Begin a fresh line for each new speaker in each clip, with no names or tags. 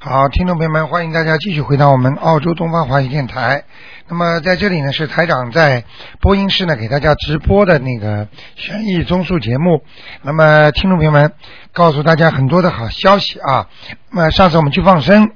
好，听众朋友们，欢迎大家继续回到我们澳洲东方华语电台。那么在这里呢，是台长在播音室呢给大家直播的那个悬疑综述节目。那么听众朋友们，告诉大家很多的好消息啊。那么上次我们去放生，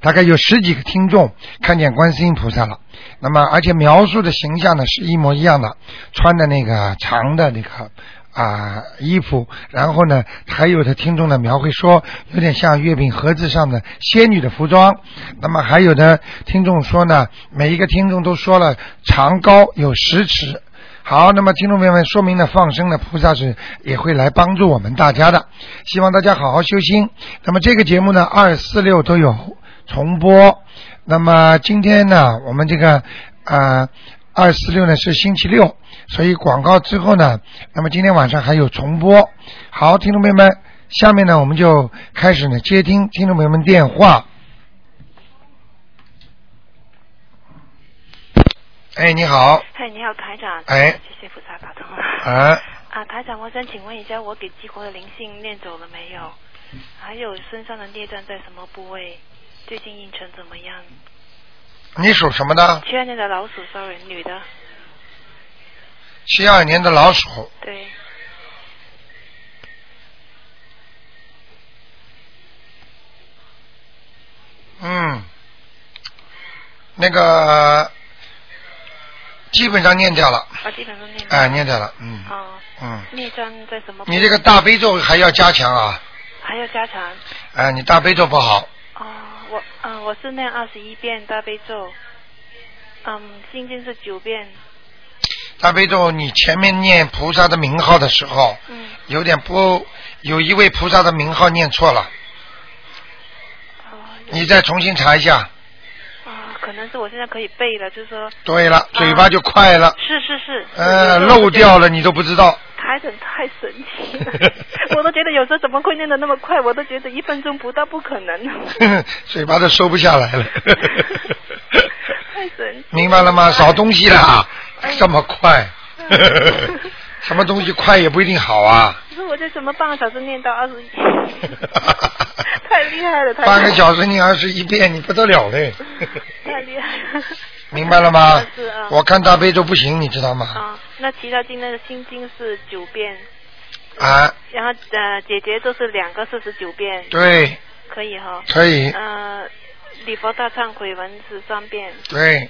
大概有十几个听众看见观世音菩萨了。那么而且描述的形象呢是一模一样的，穿的那个长的那个啊、衣服，然后呢，还有的听众呢描绘说有点像月饼盒子上的仙女的服装。那么还有的听众说呢，每一个听众都说了长高有十尺。好，那么听众朋友们，说明呢，放生呢，菩萨是也会来帮助我们大家的，希望大家好好修心。那么这个节目呢，二四六都有重播。那么今天呢，我们这个啊二四六呢是星期六，所以广告之后呢，那么今天晚上还有重播。好，听众朋友们，下面呢我们就开始呢接听听众朋友们电话。哎，你好，
嗨，你好，台长。
哎
谢谢菩萨打通了。
啊，
啊，台长，我想请问一下，我给激活的灵性念走了没有？还有身上的孽障在什么部位？最近运程怎么样？
你属什么的？
七二年的老鼠，sorry，女的，
七二年的老鼠，
对，
嗯，那个基本上念掉了，
啊，基本上念了。
哎、念掉了，嗯
哦，
嗯，
孽障在什么部位？
你这个大悲咒还要加强啊，
还要加强。
哎、你大悲咒不好，
哦，我嗯、我是念二十一遍大悲咒，嗯，心经是九遍，
大悲咒你前面念菩萨的名号的时候，
嗯，
有点不，有一位菩萨的名号念错了，
哦，
你再重新查一下。
啊、可能是我现在可以背了，就是说。
对了，嘴巴就快了，
是是是，
呃，
有时候
漏
我觉得
掉了你都不知道。
台长太神奇了， 我都觉得有时候怎么会念得那么快，我都觉得一分钟不到不可能，
嘴巴都收不下来了。
太神奇。
明白了吗？少东西啦，这么快
嗯，
什么东西快也不一定好啊。
可是我就怎么半个小时念到二十一，太厉害了，太
半个小时你二十一遍，你不得了 嘞。
太厉害了。
明白了吗
是啊？
我看大悲咒不行，你知道吗？
啊，那其他经那个心经是九遍，
啊，
然后呃姐姐都是两个四十九遍，
对，
可以哈、
可以，
呃，礼佛大忏悔文是三遍，
对，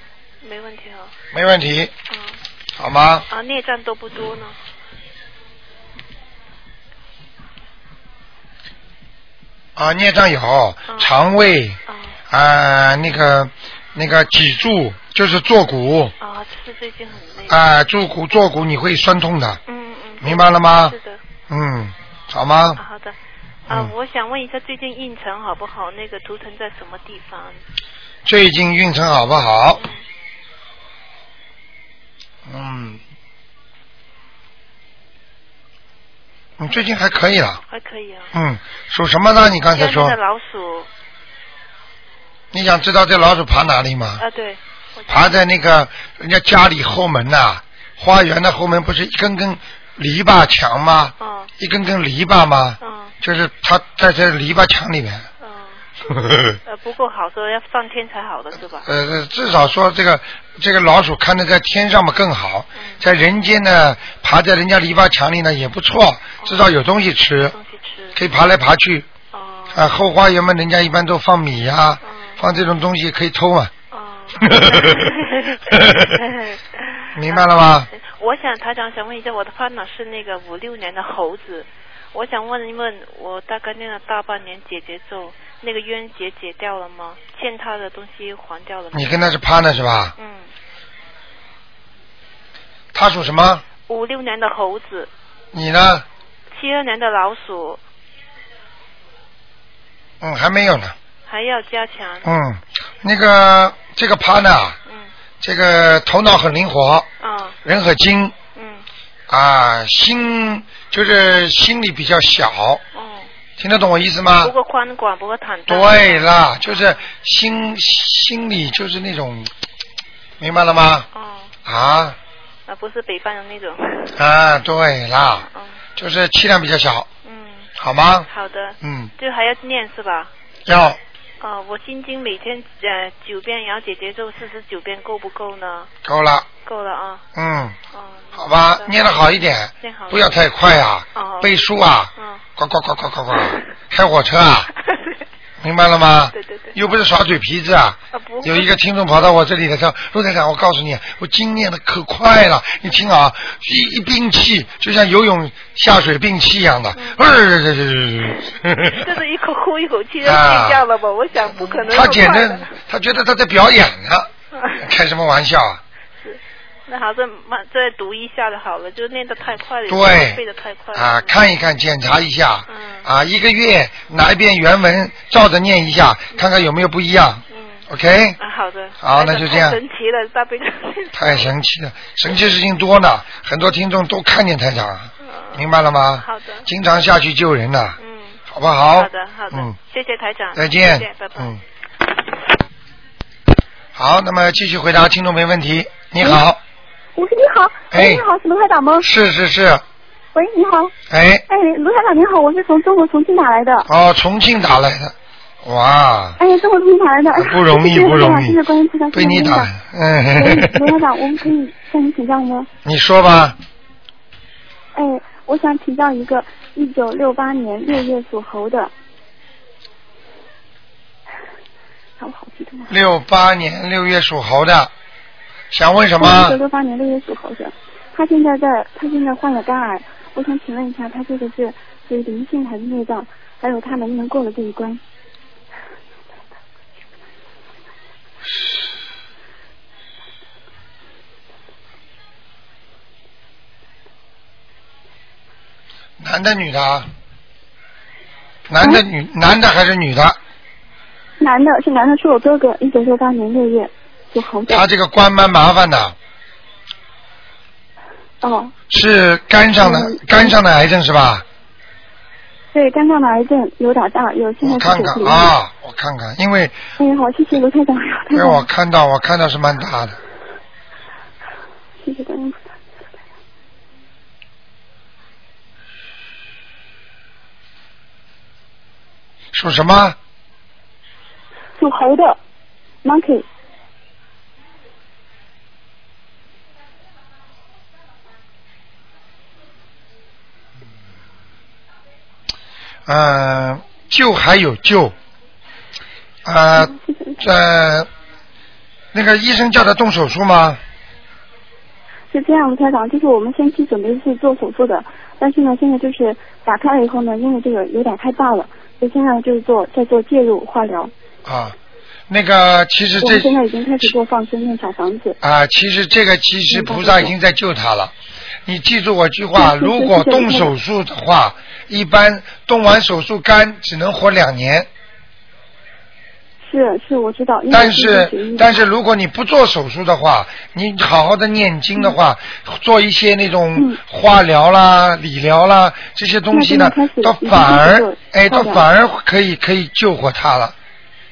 没问题哈、
没问题，
嗯。
好吗？
啊，孽障多不多呢？
啊，孽障有，
嗯
肠胃
啊
啊，那个那个脊柱就是坐骨
啊，就是最近很累。
啊，坐骨坐骨你会酸痛的，
嗯嗯嗯，
明白了吗
是？的，
嗯，好
啊
吗？
好的。啊，
嗯
我想问一下，最近运程好不好？那个图腾在什么地方？
最近运程好不好？嗯，你最近还可以了。
还可以啊。
嗯，属什么呢？你刚才
家
说
的，老鼠
你想知道这老鼠爬哪里吗？
啊，对，我
爬在那个人家家里后门呐、花园的后门不是一根根篱笆墙吗？
嗯
一根根篱笆吗？
嗯
就是它在这篱笆墙里面。
嗯， 呃，不够好，说要上天才好的是吧？
呃，至少说这个这个老鼠看着在天上嘛更好，
嗯
在人间呢爬在人家篱笆墙里呢也不错，至少有东西吃，
哦东西吃
可以爬来爬去。
哦
啊，后花园嘛，人家一般都放米呀、
嗯
放这种东西可以偷嘛，。
哦
明白了吗？
我想台长想问一下，我的 partner 是那个五六年的猴子，我想问一问，我大概念了大半年姐姐咒，那个冤结解掉了吗？欠他的东西还掉了吗
你？跟他是趴呢是吧？
嗯，
他属什么？
五六年的猴子，
你呢？
七二年的老鼠，
嗯，还没有呢。
还要加强。
嗯，那个这个趴呢，
嗯，
这个头脑很灵活，
啊，
人很精
嗯，
啊，心就是心里比较小，
哦，
听得懂我意思吗
不？过嗯宽广，不过坦荡。
对。啦，就是心心里就是那种，明白了吗？
哦，
啊
啊，不是北方的那种。
啊，对啦，
嗯
就是气量比较小，
嗯，
好吗？
好的，
嗯，
就还要念是吧？
要
哦，我心经每天呃九遍，然后姐姐咒四十九遍够不够呢？
够了，
够了啊。
嗯，
哦，
好吧，念的好一点
念好，
不要太快啊
哦，
背书啊，
嗯。
呱呱呱呱呱呱，开火车啊，明白了吗？
对对对。
又不是耍嘴皮子啊！
啊不。
有一个听众跑到我这里来说：“陆台长，我告诉你，我经念的可快了，你听啊，一一病气就像游泳下水病气一样的，
就
呃，
是一口呼一口气就 睡觉了吧？我想不可能那
啊他
么
简
快
直
的。
他觉得他在表演呢，开什么玩笑啊！
那好，再慢再读一下就好了，就念得太快了，有时候
对
背得太快了
啊，看一看，检查一下
嗯，
啊，一个月拿一遍原文照着念一下，看看有没有不一样。
嗯
OK，
啊，好的。
好那就这样
太神奇了，大悲咒。
太神奇了，神奇事情多呢，很多听众都看见台长了，
嗯
明白了吗？
好的
经常下去救人呐，
嗯，
好不好？
好的好的
嗯，，
谢谢台长。
再见。
谢谢，拜拜。
嗯。好，那么继续回答听众没问题。你好，
喂，你好，
哎
喂，你好，是卢台长吗？
是是是，
喂，你好，
哎，
哎，卢台长您好，我是从中国重庆打来的，
哦，重庆打来的，哇，
哎，中国重庆打来的，哎
不容易
谢谢
不容易
谢谢观音菩萨，
被你打
谢谢，
嗯
观音菩萨。哎，卢台长，我们可以向您请教吗？
你说吧，
哎，我想请教一个一九六八年六月属猴的，啊，我好激动啊！
六八年六月属猴的，想问什
一九
么？
六八年六月属猴的，他现在在，他现在患了肝癌，我想请问一下，他这个是属于灵性还是内脏？还有他能不能过了这一关？
男的女的啊？男的女男的还是女的？
男的是男的，是我哥哥，一九六八年六月属猴的。
他这个关蛮麻烦的，
哦，
是肝上的
嗯
肝上的癌症是吧？
对，肝脏的癌症有点大，有现在
我
是
看
九
看
零。
啊，我看看，因为
哎，好，谢谢卢太长，卢
因
太
为我
长，
看到我看到是蛮大的，
谢谢观音菩萨。
属什么？
属猴的，monkey，
嗯，救还有救，呃，
谢谢。
这那个医生叫他动手术吗？
是这样，卢台长，就是我们先期准备是做手术的，但是呢，现在就是打开了以后呢，因为这个有点太大了，所以现在就是做在做介入化疗。
啊，那个其实
我们现
这
在已经开始做放生念小房子。
啊，其实这个其
嗯
实菩萨已经在救他了。你记住我句话，
对对对
如果动手术的话，一般动完手术肝只能活两年，
是是，我知道。因为
但
这个
是
疫
但是如果你不做手术的话，你好好的念经的话，做一些那种
嗯
化疗啦、理疗啦这些东西呢
那就能开，始
倒
已经
反
开始
而
做
哎，
化
倒
疗
反而可以可以救活他了，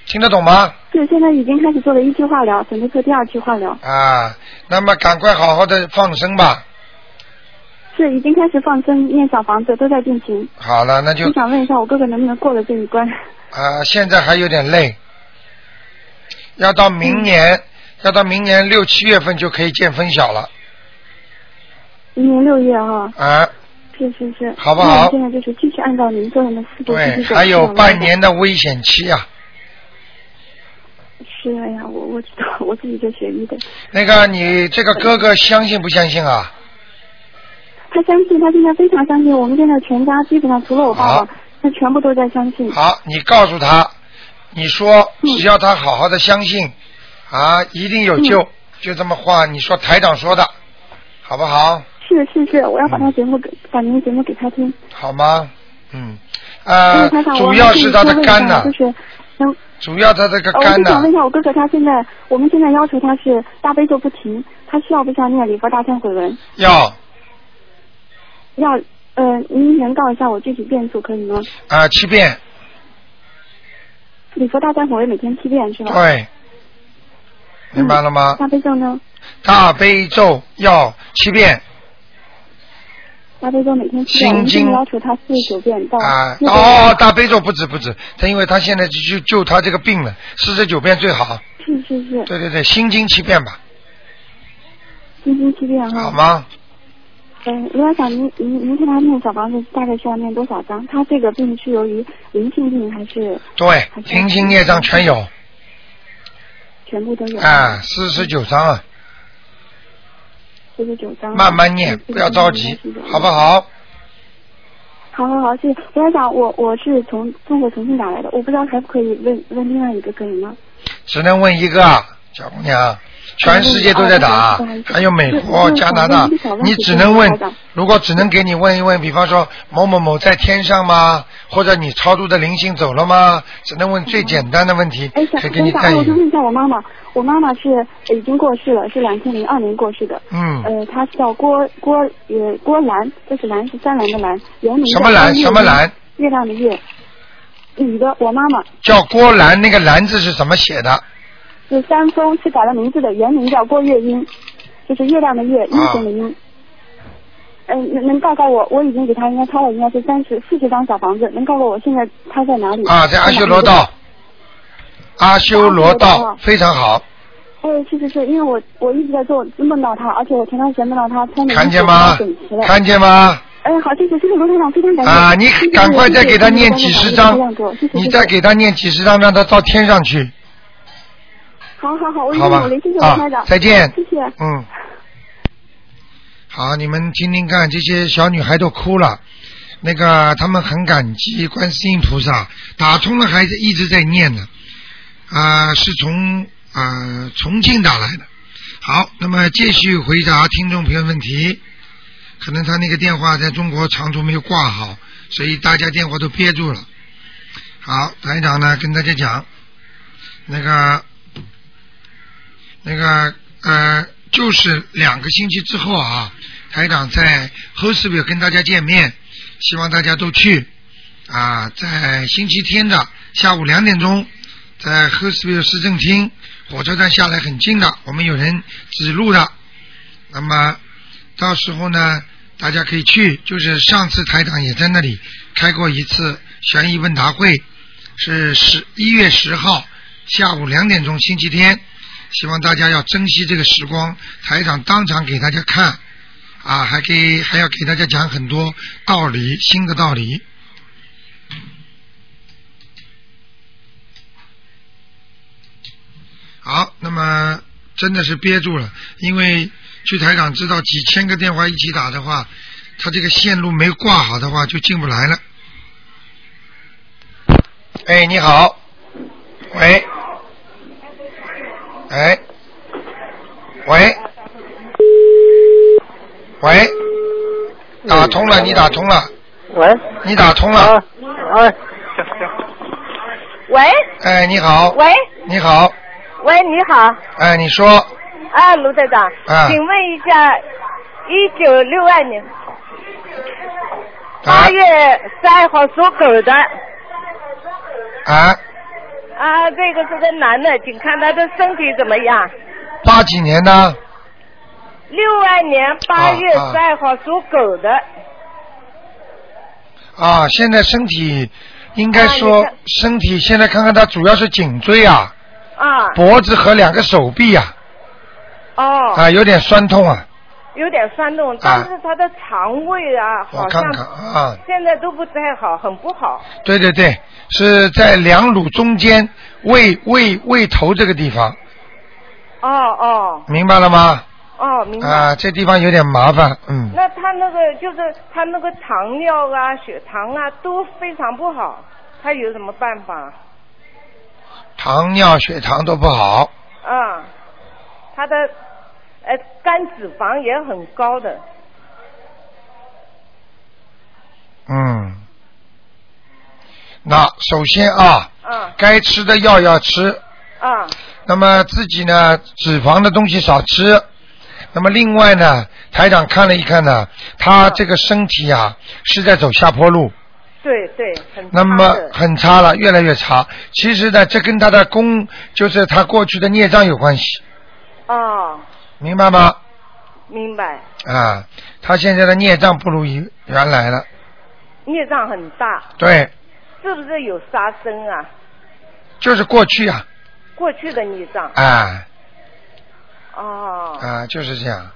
听得懂吗？
对，现在已经开始做了一期化疗，准备做第二期化疗，
啊，那么赶快好好的放生吧。
是已经开始放生、念小房子都在进行。
好了，那就
我想问一下，我哥哥能不能过了这一关？
啊，现在还有点累，要到明年，
嗯
要到明年六七月份就可以见分晓了
明年六月啊，
啊。
是是是，
好不好
那我现在就是继续按照您做人的思路继
对，
续走
还有
这样的
半。年的危险期啊。
是哎呀，我我知道， 我自己就学医的。
那个，你这个哥哥相信不相信啊？
他相信，他现在非常相信。我们现在全家基本上除了我爸
好
爸，他全部都在相信。
好，你告诉他，你说
嗯
只要他好好的相信，啊，一定有
嗯
救，就这么话，你说台长说的，好不好？
是是是，我要把他
嗯
节目给，把您的节目给他听。
好吗？嗯，
因
呃
为他想，
主
我
要
还
是
可以
他的
多问一下
肝呐、
就是能
主要他这个
呃，我
肝
就
呐、
想问一下，我哥哥他现在，我们现在要求他是大悲咒不停，他需要不需要念礼佛大忏悔文？
要
要，呃，您能告一下我具体遍数可以吗？
啊七遍，
礼佛大忏悔文每天七遍是吧？
对，明白了吗？
大悲咒呢？
大悲咒要七遍，
大悲咒每天七遍，
心
一
经
定要求他四十九遍到
啊，
六
哦，大悲咒不止不止，他因为他现在就就就他这个病了，四十九遍最好。
是是是，
对对对，心经七遍吧，
心经七遍哈
好。吗？
嗯，我要想您您您看他念小房子大概需要念多少张？他这个病是由于灵性病还是
对，灵性业障全有
全部都有？
啊，，四十九章啊，
四十九张。
慢慢念，不要着急，好不？好？
好好好，谢谢。我要想我我是从中国重庆打来的，我不知道可不可以问问另外一个可以吗？
只能问一个啊，小姑娘，全世界都在打
哦不好意，思
还有美国、加拿大，你只能问。如果只能给你问一问，比方说某某某在天上吗？或者你超度的灵性走了吗？只能问最简单的问题
哎，，想
可以给你
想
看
我
一
就
眼。
问一下我妈妈，我妈妈是呃已经过世了，是两千零二年过世的。
嗯，
呃，她叫郭郭呃郭兰，这是兰是三兰的兰，原名
什么兰？
叫
什么兰？
月亮的月，女的，我妈妈
叫郭兰，那个兰字是怎么写的？
是三丰，是改了名字的，原名叫郭月英，就是月亮的月，英雄的英。
啊
嗯，能能告告我，我已经给她应该抄了，应该是三十四十张小房子，能告告我现在她在哪里？
啊，在阿修罗道。阿修罗
阿修罗
道
道
非常好，
哎，是是是，因为我我一直在做梦到他，而且我前段时间梦到他穿的
看见
衣
吗
服都整齐了。？
看见吗？
哎，好，谢谢谢谢罗台长，非常感谢。
啊，你赶快再给他念几十章
谢谢谢谢谢谢谢谢，
你再给他念几十章，让他到天上去，
好好好，我一定
好吧
努力，谢谢罗
啊
台长，，
再见。
谢谢。
嗯。好，你们听听看，这些小女孩都哭了。那个，他们很感激观世音菩萨，打通了还是一直在念呢。啊、是从啊、重庆打来的。好，那么继续回答听众朋友问题。可能他那个电话在中国长途没有挂好，所以大家电话都憋住了。好，台长呢跟大家讲，那个那个呃，就是两个星期之后啊，台长在 h o s p i 跟大家见面，希望大家都去啊，在星期天的下午两点钟，在 h o s p i 市政厅火车站下来很近的，我们有人指路的，那么到时候呢，大家可以去，就是上次台长也在那里开过一次悬疑问答会，是十一月十号下午两点钟，星期天。希望大家要珍惜这个时光，台长当场给大家看，啊，还给还要给大家讲很多道理，新的道理。好，那么真的是憋住了，因为据台长知道，几千个电话一起打的话，他这个线路没挂好的话就进不来了。哎，你好，喂。哎，喂，喂，打通了，你打通了，
喂，
你打通了
啊。，哎，
喂
哎，你好，
喂
你好，
喂，你好，
哎，你说
啊，卢队长，
啊
请问一下，一九六二年
啊
八月三号属狗的
啊，
啊，这个是个男的，请看他的身体怎么样。
八几年的
六二年八月
啊啊
三号属狗的，
啊，现在身体应该
啊你
说
看
身体现在看看他主要是颈椎啊、
啊，
脖子和两个手臂啊
哦，
啊有点酸痛啊，
有点酸痛，但是他的肠胃啊，
我
好
看
像
看啊，
现在都不太好，很不好。
对对对，是在两乳中间胃胃胃头这个地方。
哦哦
明白了吗？
哦，明白。
啊，这地方有点麻烦，嗯，
那他那个就是他那个糖尿啊、血糖啊都非常不好，他有什么办法？
糖尿、血糖都不好，
啊、他的呃肝脂肪也很高的，
嗯。那首先啊，
啊
该吃的药要吃，
啊
那么自己呢，脂肪的东西少吃。那么另外呢，台长看了一看呢，他这个身体啊是在走下坡路，
对对，很
那
差
么
的
很差了，越来越差。其实呢，这跟他的功，就是他过去的孽障有关系，
哦，
明白吗？
明白
啊，他现在的孽障不如以原来了。
孽障很大，
对，
是不是有杀生啊？
就是过去啊，
过去的孽障。
啊
哦，
啊，就是这样。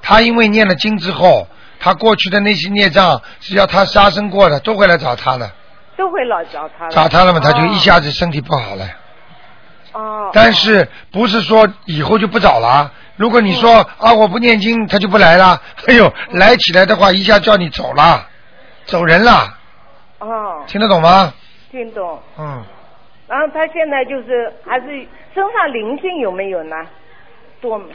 他因为念了经之后，他过去的那些孽障，只要他杀生过的，都会来找他的，
都会老找他了。
找他了嘛，他就
哦
一下子身体不好了。
哦。
但是不是说以后就不找了啊？如果你
嗯
说啊我不念经，他就不来了。哎呦，来起来的话，一下叫你走了，走人了，
哦，
听得懂吗？
听懂。
嗯，
然后他现在就是还是身上灵性有没有呢？多吗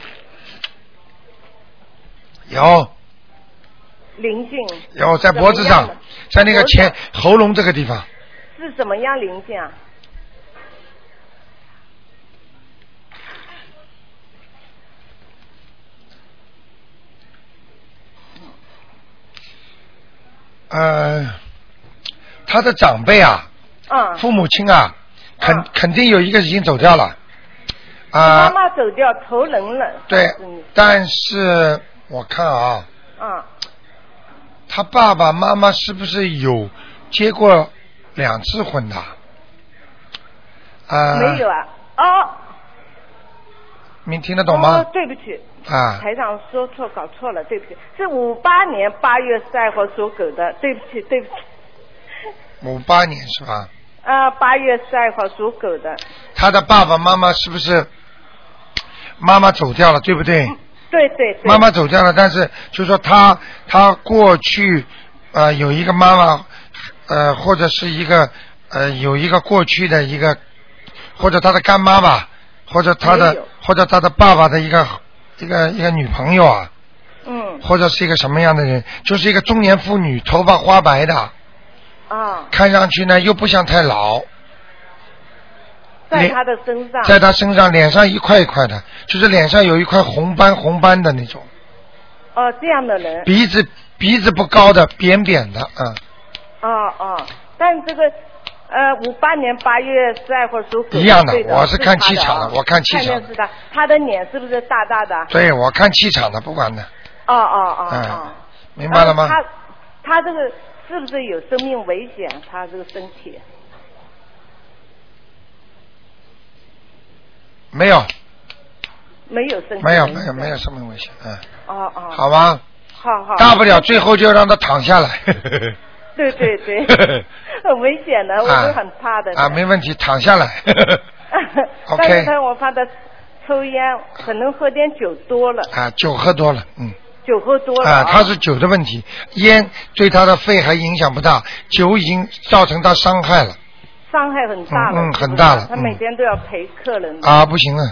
有
灵性
有在脖子
怎么样
上
的，
在那个
脖子
前喉咙这个地方，
是什么样灵性啊？
呃，他的长辈啊，
嗯，
父母亲啊，肯
嗯
肯定有一个已经走掉了，啊、
妈妈走掉头冷冷。
对
嗯，
但是我看啊，
啊，
他爸爸妈妈是不是有结过两次婚的？啊、
没有啊。哦，
你听得懂吗
哦？？对不起，
啊，
台长说错，搞错了，对不起，是五八年八月十二号属狗的，对不起，对不起，
五八年是吧？
啊、八月十二号属狗的，
他的爸爸妈妈是不是妈妈走掉了，对不对？
嗯对对对，
妈妈走掉了，但是就说他他过去呃有一个妈妈呃或者是一个呃有一个过去的一个或者他的干妈吧，或者他
没
的
有
或者他的爸爸的一个一个一个女朋友啊，
嗯
或者是一个什么样的人，就是一个中年妇女，头发花白的，
啊，
看上去呢又不像太老，
在
脸
他的身上，
在他身上脸上一块一块的，就是脸上有一块红斑红斑的那种，
哦，这样的人，
鼻子鼻子不高的，扁扁的，嗯，
哦哦，但这个。呃，五八年八月十二号属狗
一样的
的，对
我是看
他
气场的
啊
我看气场
看见是的，他的脸是不是大大的？啊
对我看气场的，不管的，
哦哦哦
嗯
哦，，
明白了吗？
然后他他这个是不是有生命危险？他这个身体
没有，
嗯没有生命
没有，
危
没
险
有，没有。生命危险，嗯，
哦哦，
好吧，
好好，
大不了最后就让他躺下来，
对对对， 很危险的，我
啊
都很怕的。
啊， 没问题，躺下来，
但
OK
是呢，我怕他抽烟，可能喝点酒多了，
啊，酒喝多了，嗯。
酒喝多了
啊，他是酒的问题，烟对他的肺还影响不大，酒已经造成他伤害了
伤害很大了，
嗯嗯
是不是
很大了
他
嗯
每天都要陪客人的。
啊，不行了，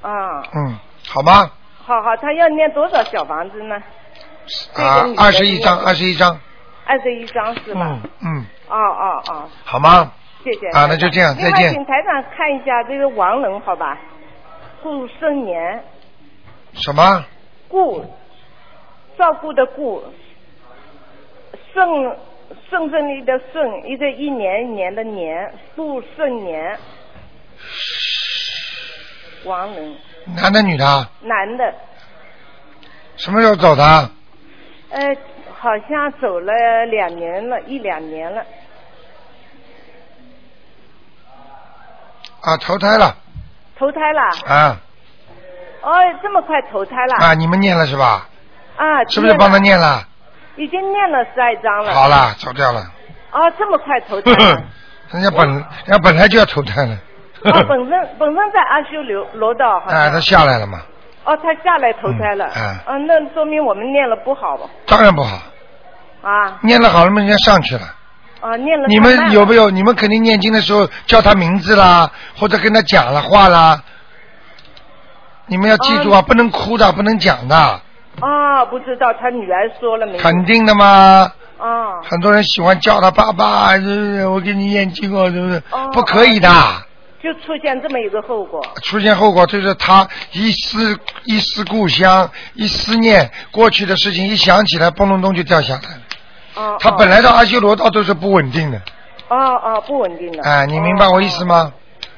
啊，
嗯，好吗？
好好，他要念多少小房子呢？这
啊
个女，的
二十一张，二十一张，
二十一张是吧？
嗯嗯，
哦哦哦，
好吗？
谢谢。
啊那就这样
另
再见
外，请台长看一下这个王人，好吧？顾生年，
什么？
顾，照顾的顾，顺顺顺利的顺，一个一年一年的年，顾顺年。王人，
男的女的啊？
男的，
什么时候走的啊？
呃，好像走了两年了，一两年了，
啊，投胎了
投胎啦！
啊
哦，这么快投胎啦！
啊！你们念了是吧？
啊，
是不是帮他
念了？
念了？
已经念了十二章了。
好了，走掉了。
哦，这么快投胎
呵
了
呵。人家本人家本来就要投胎了。
哦， 本身本身在阿修罗罗道好像。
啊，他下来了嘛，
哦，他下来投胎了。
嗯啊
嗯，那说明我们念了不好吧？
当然不好，
啊
念了好了嘛，人家上去了。
啊，念了太
你
慢了。
们有没有？你们肯定念经的时候叫他名字啦，或者跟他讲了话啦。你们要记住啊，
哦
不能哭的，不能讲的，
啊，不知道他女儿说了没有？
肯定的嘛。
啊
很多人喜欢叫他爸爸，就是我给你念经哦，就是
哦
不可以的。
就出现这么一个后果。
出现后果就是他一思一思故乡，一思念过去的事情，一想起来嘣隆咚就掉下来了。
啊。
他
哦
本。来到阿修罗道都是不稳定的，
哦哦，不稳定的。嗯
啊，你明白我意思吗？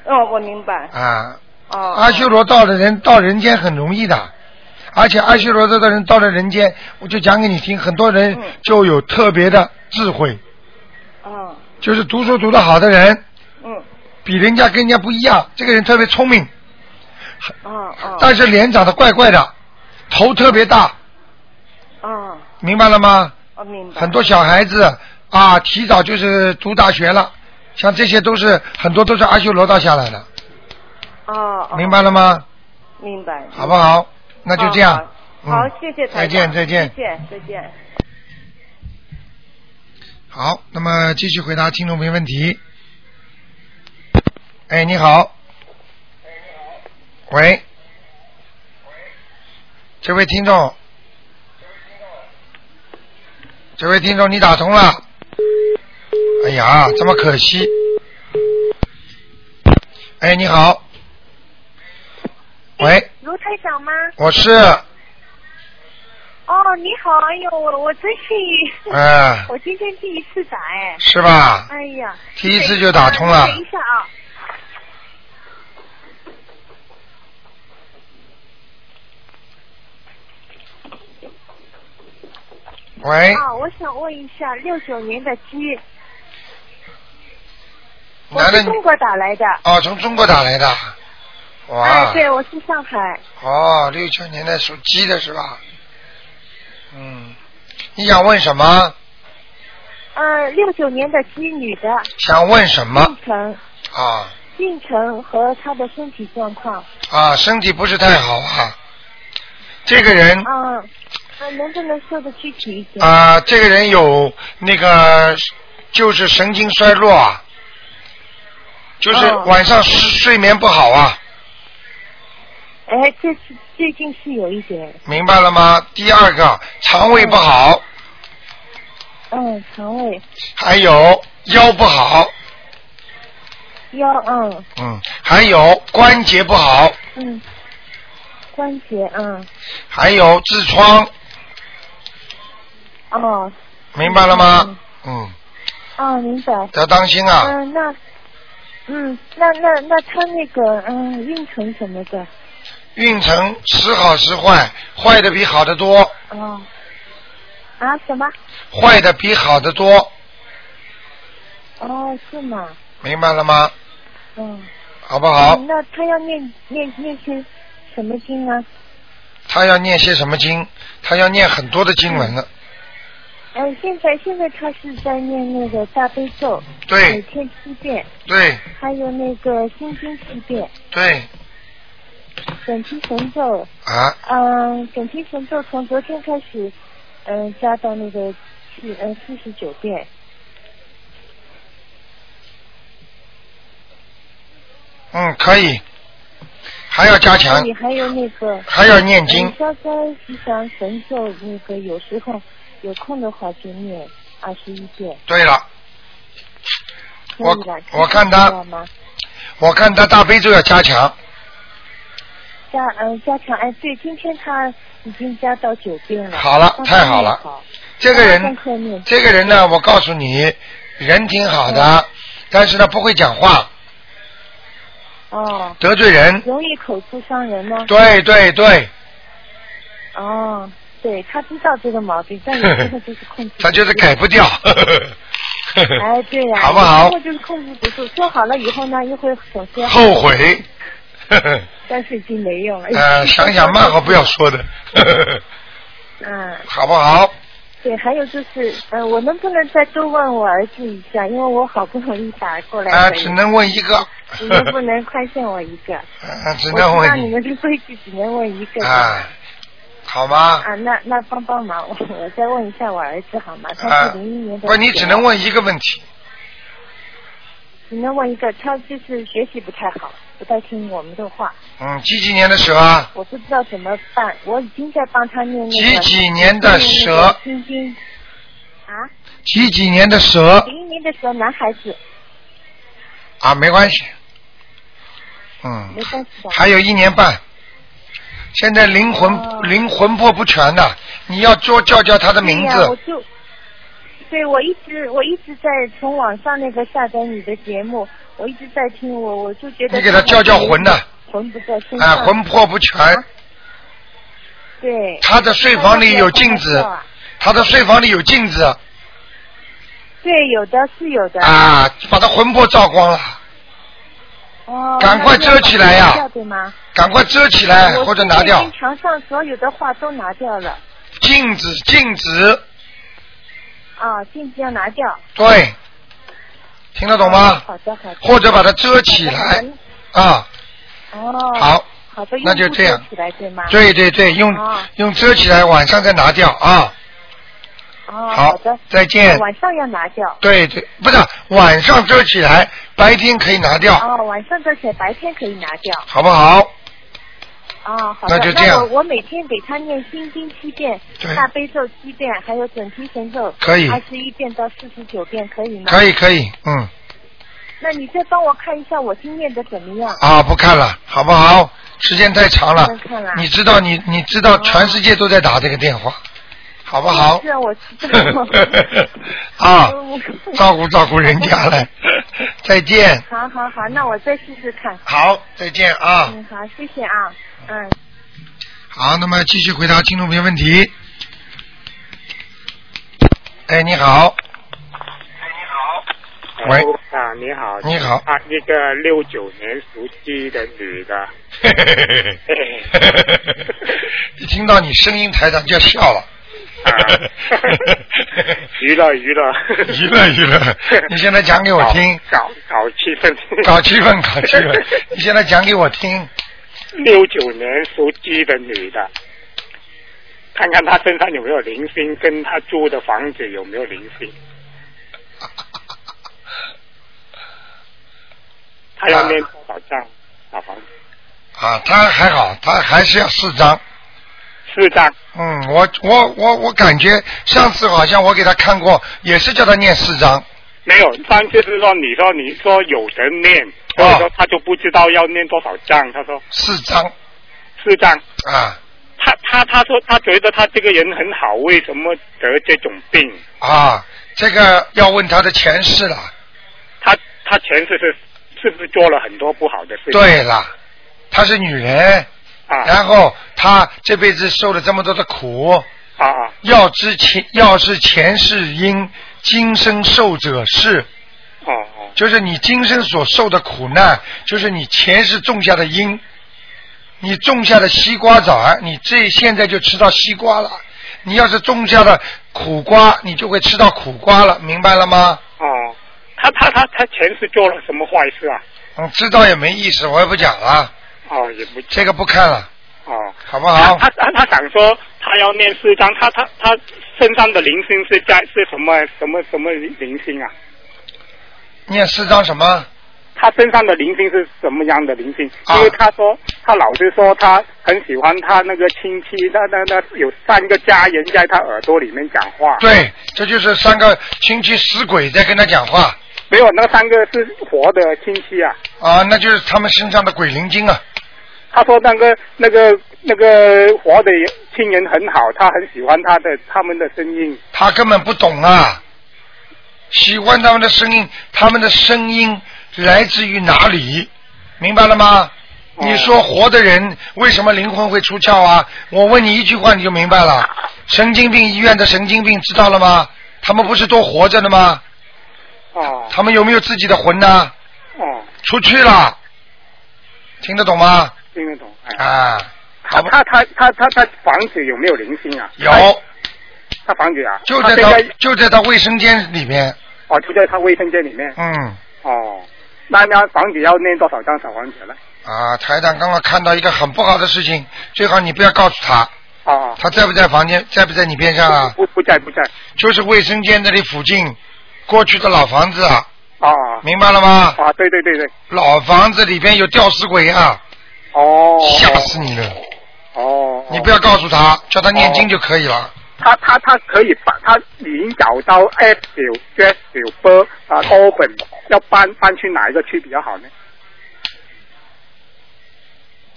哦？哦，我明白。
啊，
哦。
阿修罗道的人到人间很容易的，而
嗯
且阿修罗道的人到了人间，我就讲给你听，很多人
嗯
就有特别的智慧，
嗯
就是读书读得好的人，
嗯
比人家跟人家不一样，这个人特别聪明，
嗯嗯
但是脸长得怪怪的，头特别大，
嗯，
明白了吗？
我哦明白。
很多小孩子啊，提早就是读大学了，像这些都是很多都是阿修罗道下来的，
哦，哦
明白了吗？
明白。
好不好？那就这样
哦。
嗯
好，好谢谢台
再见，
长
再见
再。见，再见。
好，那么继续回答听众朋友问题。哎，你好。哎喂。这位听众。这位听众，你打通了。哎呀，这么可惜。哎，你好。喂，
卢台长吗？
我是，
哦，你好，哎呦，我我真幸运，
哎、
我今天第一次打哎，
是吧？
哎呀，
第一次就打通了
等一下啊，
喂，
啊，我想问一下，六九年的鸡，我
男的
是
女
中国打来的，
哦，从中国打来的，哇，
哎，对，我是上海，
哦，六九年的属鸡的是吧？嗯，你想问什么？
呃，六九年的鸡女的，
想问什么
进程、
啊？
进程和她的身体状况，
啊，身体不是太好啊。这个人
嗯，呃，能不能说的具体一点？
啊，这个人有那个就是神经衰弱啊，就是
哦
晚上睡睡眠不好啊，
哎，这是最近是有一点，
明白了吗？第二个肠胃不好，
嗯，肠胃
还有腰不好，
腰，嗯
嗯，还有关节不好，
嗯，关节，嗯，
还有痔疮，
哦，
明白了吗？嗯，
哦，明白。
要当心
嗯、
啊！
那，嗯，那那那他那个嗯运程什么的，
运程时好时坏，坏的比好的多，
哦，啊什么？
坏的比好的多，
哦，是吗？
明白了吗？
嗯。
好不好
嗯？那他要念念念些什么经啊呢？
他要念些什么经？他要念很多的经文了。
嗯、现在现在他是在念那个大悲咒，每
对
天七遍，
对
还有那个心经七遍，
对
准提神咒，
啊！
嗯，准提神咒从昨天开始，嗯、加到那个七嗯四十九遍。
嗯，可以，还要加强
那，你还有那个
还要念经
嗯。消灾吉祥神咒，那个有时候有空的话就念二十一遍，
对了，
可
我
以了。
我看
可以
他
了吗？
我看他大悲咒要加强，
加嗯加强哎，对，今天他已经加到九遍了。
好了
刚刚
太好
念
了这个
刚
人
刚快念
这个人呢，我告诉你，人挺好的，但是呢不会讲话，
哦，
得罪人。
容易口出伤人吗？
对对对，
哦，对他知道这个毛病，但有时候就是 控制不住。
他就是改不掉。
哎，对呀、
好不好
有时候就是控制不住，说好了以后呢，又会首先，
后悔。
但是已经没用 了。
呃，想想蛮好，不要说的，
嗯，
好不好？
对，还有就是，呃，我能不能再多问我儿子一下？因为我好不容易打过来的，
啊，只能问一个。
你能不能宽限我一 个？
啊，只能
我知道
问
你
你
们的规矩只能问一个。
啊，好吗？
啊，那那帮帮忙，我我再问一下我儿子好吗？他
啊
是零一年，的。
不，你只能问一个问题。
只能问一个，他就是学习不太好，不太听我们的话，
嗯，几几年的蛇啊？
我不知道怎么办。我已经在帮他念那
几
个
几年的蛇？
念那个心经啊，
几几年的蛇
零一年的时候男孩子
啊？没关系。嗯
没，关系的。
还有一年半。现在灵魂、
哦
灵魂魄不全的，你要多叫叫他的
对
名
哎呀
字。
我就对我一直我一直在从网上那个下载你的节目，我一直在听我，我就觉得
啊你给他叫叫魂呐
魂不在身上，
啊，魂魄不全，
对。
他的睡房里有镜子，他的睡房里有镜子
对，有的是有的。
啊，把他魂魄照光了，
哦。
赶快遮起来呀
那要把它拿掉对吗？啊
赶快遮起来
我
或者拿
我已
掉
经。墙上所有的画都拿掉了，
镜子，镜子，
啊，镜子要拿掉。
对，听得懂吗？
好的，好的。哎
或者把它遮起来啊，
哦。
好，
好的，
那就这样
用布遮起来对吗？
对对对，用
哦
用遮起来，晚上再拿掉啊。
哦，
好
好的，
再见
那晚上要拿掉。
对对，不是晚上遮起来，白天可以拿掉，
哦，晚上这些白天可以拿掉。
好不好？
哦，好
那
的。
就这样
我我每天给他念心经七遍
对，
大悲咒七遍，还有准提神咒。
可以
二十一遍到四十九遍可以吗？
可
以。
以可以，嗯，
那你再帮我看一下我今念的怎么样？
啊，不看了，好不好？时间太长了
不能看了，哦
你知道你你知道全世界都在打这个电话，好不好。
是？啊，我知道 哦
啊，照顾照顾人家了， 再见，
好好好，那我再试试看。
好，再见啊。
嗯，好，谢谢啊。嗯。
好，那么继续回答听众朋友问题。哎，你 好，喂
哎啊，你好，
你好
啊，一个六九年属鸡的女的，
嘿嘿嘿嘿 一听到你声音，台长就笑 了。
啊娱乐娱乐，
娱乐娱 乐你现在讲给我听
搞搞搞气氛，
搞气氛，搞气氛。你现在讲给我听，
六九年属鸡的女的，看看她身上有没有灵性，跟她租的房子有没有灵性。 她要念多少张小房子？
啊，他还好，他还是要四张。
四张。
嗯，我我我我感觉上次好像我给他看过，也是叫他念四张。
没有，上次是说你说你说有人念，
哦
所以说他就不知道要念多少章。他说
四张
四章，
啊
他他他说他觉得他这个人很好，为什么得这种病？
啊，这个要问他的前世了。
他他前世是是不是做了很多不好的事情？
对了，她是女人，
啊
然后她这辈子受了这么多的苦，
啊啊
要知前要是前世因，今生受者是，
哦哦
就是你今生所受的苦难，就是你前世种下的因。你种下的西瓜籽儿，你这现在就吃到西瓜了。你要是种下的苦瓜，你就会吃到苦瓜了，明白了吗？
哦，他他他他前世做了什么坏事啊？
嗯，知道也没意思，我也不讲了，
哦，也不
这个不看了，
哦。
好不好？
他他他想说，他要念四章，他他他身上的灵性是在是什么什么什么灵性啊？
念四张什么？
他身上的灵性是什么样的灵性？
啊
因为他说，他老是说他很喜欢他那个亲戚，那那那有三个家人在他耳朵里面讲话。，
对，这就是三个亲戚死鬼在跟他讲话
没有那三个是活的亲戚啊。
啊，那就是他们身上的鬼灵精啊
他说那个那个那个活的亲人很好，他很喜欢他的他们的声音。
他根本不懂啊，喜欢他们的声音，他们的声音来自于哪里？明白了吗？
哦
你说活的人为什么灵魂会出窍啊？我问你一句话你就明白了。神经病医院的神经病知道了吗？他们不是都活着的吗？
哦
他们有没有自己的魂呢？
哦，
出去了，听得懂吗？
听得懂。哎，
啊，
他
好吧，
他他他他他房子有没有灵性啊？
有。
他房子啊，
就
他
在
现
他
在
就在他卫生间里面，
哦，就在他卫生间里面。
嗯，
哦，那那房子要念多少张小房子呢？
啊，台长刚刚看到一个很不好的事情，最好你不要告诉他，
哦，
他在不在房间，在不在你边上啊？
不不在不在。
就是卫生间那里附近，过去的老房子啊，
哦
明白了吗？
啊，对对对对。
老房子里边有吊死鬼啊，
哦。
吓死你了！
哦。哦哦
你不要告诉他，叫他念经就可以了。
他他他可以把他已经找到 F 九 J 九 B 啊 o p e 要搬搬去哪一个区比较好呢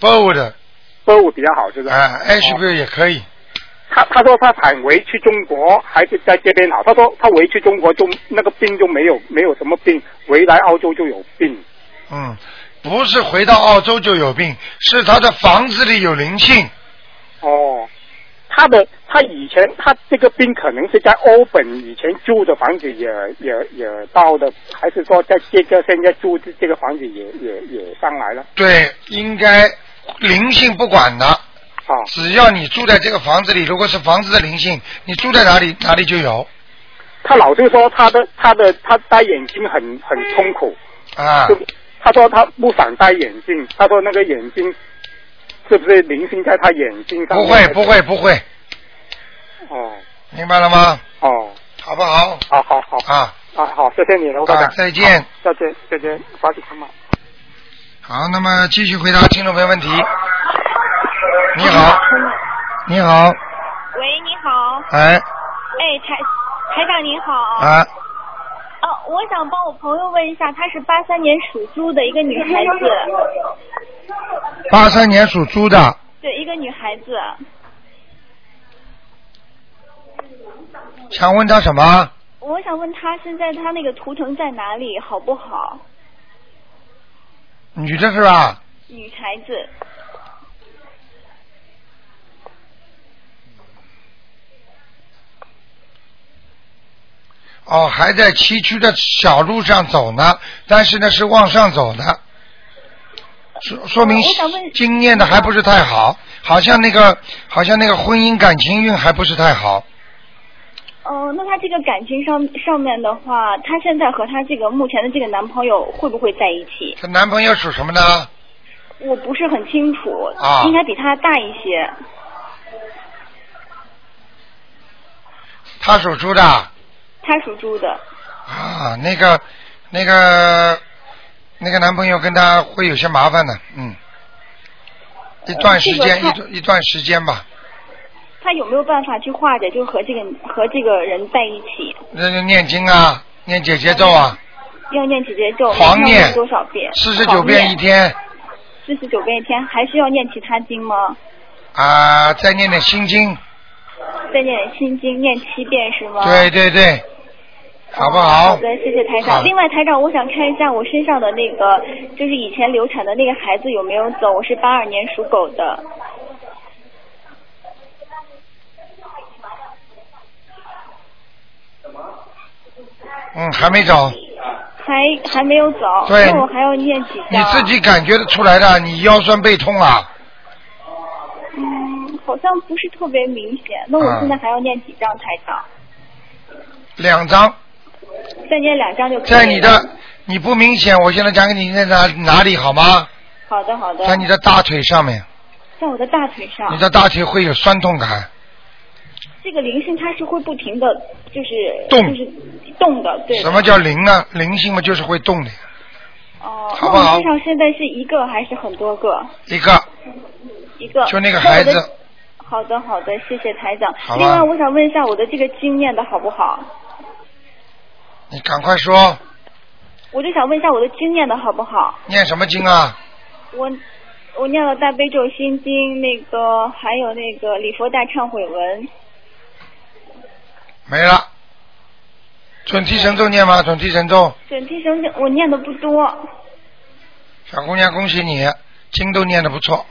哦
bold，
？B 五比较好是不是？
啊，H
哦
B 也可以，
他他说他想回去中国，还是在这边好。他说他回去中国就那个病就没有没有什么病，回来澳洲就有病。
嗯，不是回到澳洲就有病，是他的房子里有灵性。
哦，他的他以前他这个病可能是在欧本以前住的房子也也也到的，还是说在这个现在住的这个房子也也也上来了？
对，应该灵性不管的，
啊
只要你住在这个房子里，如果是房子的灵性，你住在哪里哪里就有
他老是说他的他的他戴眼镜很很痛苦，
啊
就。他说他不想戴眼镜，他说那个眼镜是不是零星在他眼睛上
不
面？
会不会不会，
哦
明白了吗？
哦，
好不好？
好好好
啊
啊好，谢谢你了，罗台
啊
长，
再见
好再见再见，发给他们。
好，那么继续回答听众朋友问题。你好，你好，
喂，你好，
哎
哎，台台长你好，哦、
啊，
我想帮我朋友问一下，她是八三年属猪的一个女孩子，
八三年属猪的，
对，一个女孩子，
想问他什么？
我想问她现在她那个图腾在哪里，好不好？
女的是吧？
女孩子，
哦，还在崎岖的小路上走呢，但是呢是往上走的，说说明
哦我想问
经验的还不是太好，好像那个好像那个婚姻感情运还不是太好。
呃，那她这个感情上上面的话，她现在和她这个目前的这个男朋友会不会在一起？
她男朋友属什么呢？
我不是很清楚，
啊
应该比她大一些，
她属猪的
她属猪的，
啊，那个那个那个男朋友跟她会有些麻烦的，嗯，一段时间、
呃这
一
个
段一段时间吧。
她有没有办法去化解，就和这个和这个人在一起？
那就念经啊，念姐姐咒
哦
啊，
要念几节咒？
狂念
要多少遍？
四十九遍一。天
四十九遍一天，还需要念其他经吗？
啊，再念点心经，
再念心经，念七遍是吗？
对。对对，好不
哦好
好？
的，谢谢台
好
长。另外，台长，我想看一下我身上的那个，就是以前流产的那个孩子有没有走？我是八二年属狗的，
嗯，还没走，
还还没有走。
对
那我还要念几
你
张？
自己感觉得出来的，你腰酸背痛啊，
嗯，好像不是特别明显。那我
啊
现在还要念几张，台长？
两张，
再念两张就可以了。
在你的你不明显，我现在讲给你在哪哪里好吗？
好的好的，
在你的大腿上面，
在我的大腿上。
你的大腿会有酸痛感，
这个灵性它是会不停的，就是
动
就是动的，对的。
什么叫灵呢？灵性嘛就是会动的，
哦、
好不好
那我身上现在是一个还是很多个？
一个
一个。
就那个孩子
我的。好的，好的，谢谢台长
好吧。
另外，我想问一下我的这个经念的好不好？
你赶快说，
我就想问一下我的经念的好不好？
念什么经啊？
我我念了大悲咒心经，那个还有那个礼佛大忏悔文，
没了。准提神咒念吗？准提神咒，
准提神经我念的不多，
小姑娘，恭喜你，经都念得不错。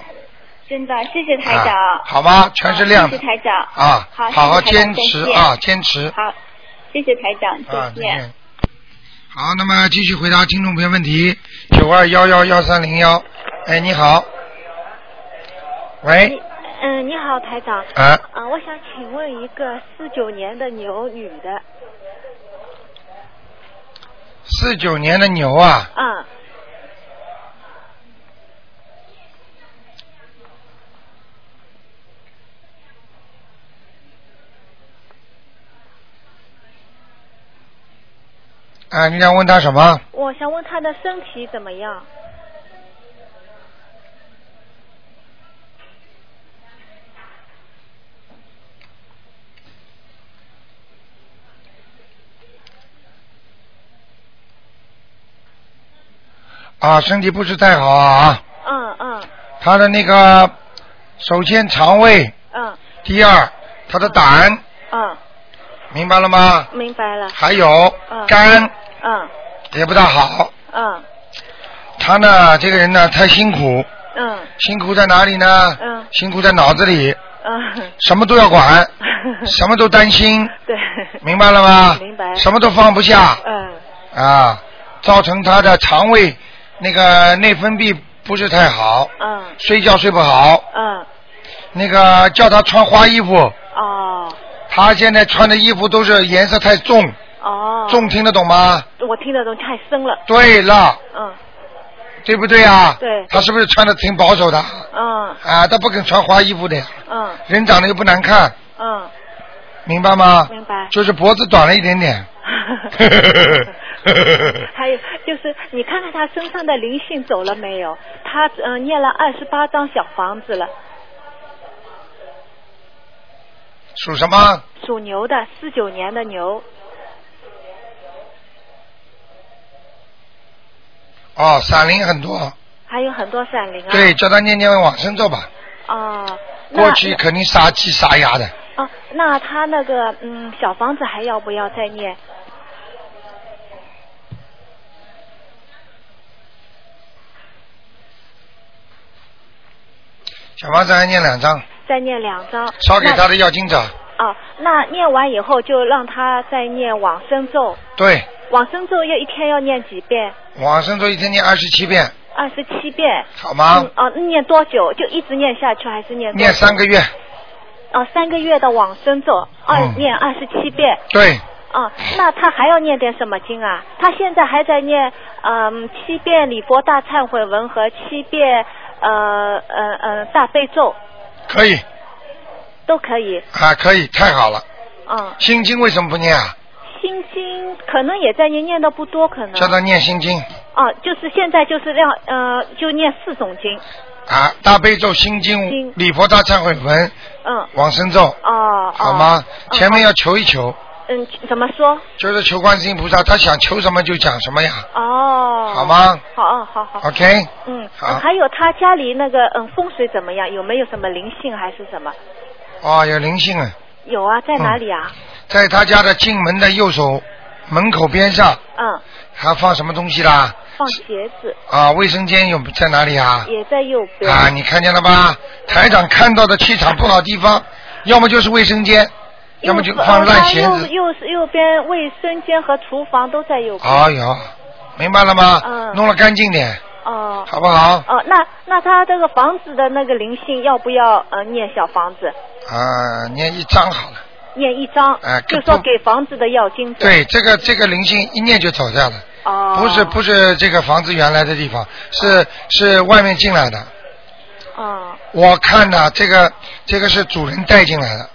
真的，谢谢台长。哦
啊好吧，全是亮
谢
的
谢台长。
啊，
好，
好好
谢谢
坚
台长
持
再见
啊，坚持
好，谢谢台长，
啊
再，
再
见。
见。好，那么继续回答听众朋友问题，九二幺幺幺三零幺。哎，你好。喂，
嗯，你好，台长。
啊，
嗯、我想请问一个四九年的牛女的，
四九年的牛啊，
嗯，
啊，你想问他什么？
我想问她的身体怎么样？
啊，身体不是太好啊，
嗯嗯
他的那个，首先肠胃，
嗯
第二他的胆，
嗯，
明白了吗？
明白了。
啊还有
嗯
肝
嗯
也不大好，
嗯
他呢这个人呢太辛苦，
嗯
辛苦在哪里呢？
嗯
辛苦在脑子里，
啊
嗯，
什么都要管，什么都担心，
对，
明白了吗？
明白。
什么都放不下
嗯，
啊，造成他的肠胃那个内分泌不是太好，
嗯，
睡觉睡不好，
嗯，
那个叫他穿花衣服，
哦，
他现在穿的衣服都是颜色太重，
哦，
重听得懂吗？
我听得懂，太深了。
对了，
嗯
对不对啊？
对
他是不是穿的挺保守的？
嗯
啊，他不肯穿花衣服的呀，
嗯
人长得又不难看，
嗯，
明白吗？
明白。
啊 就是脖子短了一点 点。
还有就是，你看看他身上的灵性走了没有？他嗯、呃念了二十八张小房子了，
属什么？
属牛的，四九年的牛。
哦，闪灵很多。
还有很多闪灵啊。
对，叫他念念往生咒吧。
哦，那
过去肯定杀鸡杀鸭的，
哦，那他那个嗯，小房子还要不要再念？
小房子还念两张，
再念两张。
烧给他的
那
要经者。
哦，那念完以后就让他再念往生咒。
对，
往生咒要一天要念几遍？
往生咒一天念二十七遍，
二十七遍。
好吗？
嗯哦，念多久？就一直念下去还是念多久？
念三个月。
哦，三个月的往生咒，二、
嗯
哦念二十七遍。
对，
哦，那他还要念点什么经啊？他现在还在念，嗯，七遍礼佛大忏悔文和七遍，呃，呃，呃，大悲咒
可以
都可以。
啊，可以，太好了。
嗯，
心经为什么不念啊？
心经可能也在念，念的不多，可能。
叫他念心经
哦，就是现在就是让呃，就念四种经，
啊，大悲咒、心经
经、
礼佛大忏悔文、
嗯，
往生咒，
哦，
好
哦
吗？前面要求一求，
嗯，怎么说？
就是求观世音菩萨，他想求什么就讲什么呀。
哦，
好吗？
好，哦好好。
OK，啊
嗯，
好
还有他家里那个嗯风水怎么样？有没有什么灵性还是什么？
哦，有灵性啊，
有啊，在哪里啊？
在他家的进门的右手门口边上，
嗯，
还放什么东西啦？
放鞋子
啊，卫生间有在哪里啊？
也在右边。
啊，你看见了吧？台长看到的气场不好地方，要么就是卫生间，要么就放烂鞋
右哦
子。
右右边卫生间和厨房都在右边。
哎呦，明白了吗？
嗯
弄了干净点，
哦。
好不好？
哦，那那他这个房子的那个灵性要不要呃念小房子？
啊，念一张好了。
念一张，
哎
就
这
说
不
给房子的要经者。
对，这个这个灵性一念就走掉了，
哦，
不是不是这个房子原来的地方，是是外面进来的。
哦
我看呐，这个这个是主人带进来的，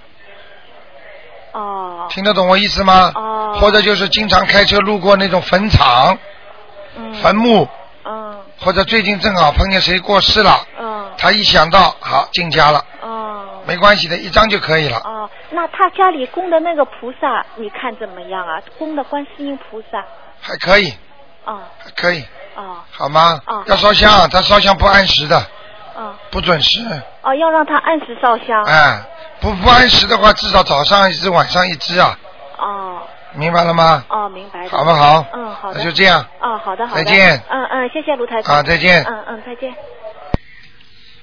哦
听得懂我意思吗？
哦，
或者就是经常开车路过那种坟场、
嗯
坟墓，
嗯
或者最近正好碰见谁过世了，
嗯
他一想到好进家了，
嗯
没关系的，一张就可以了。
哦，那他家里供的那个菩萨，你看怎么样啊？供的观世音菩萨，
还可以，
哦
还可以，
哦
好吗？
哦
要烧香，啊他烧香不按时的，
哦
不准时，
哦，要让他按时烧香。
哎，不不按时的话，至少早上一只，晚上一只啊，
哦
明白了吗？
哦，明白的。
好不好
嗯，好的。
那就这样。
哦，好的，好的。
再见
嗯嗯，谢谢卢台长。
啊再见
嗯嗯，再见。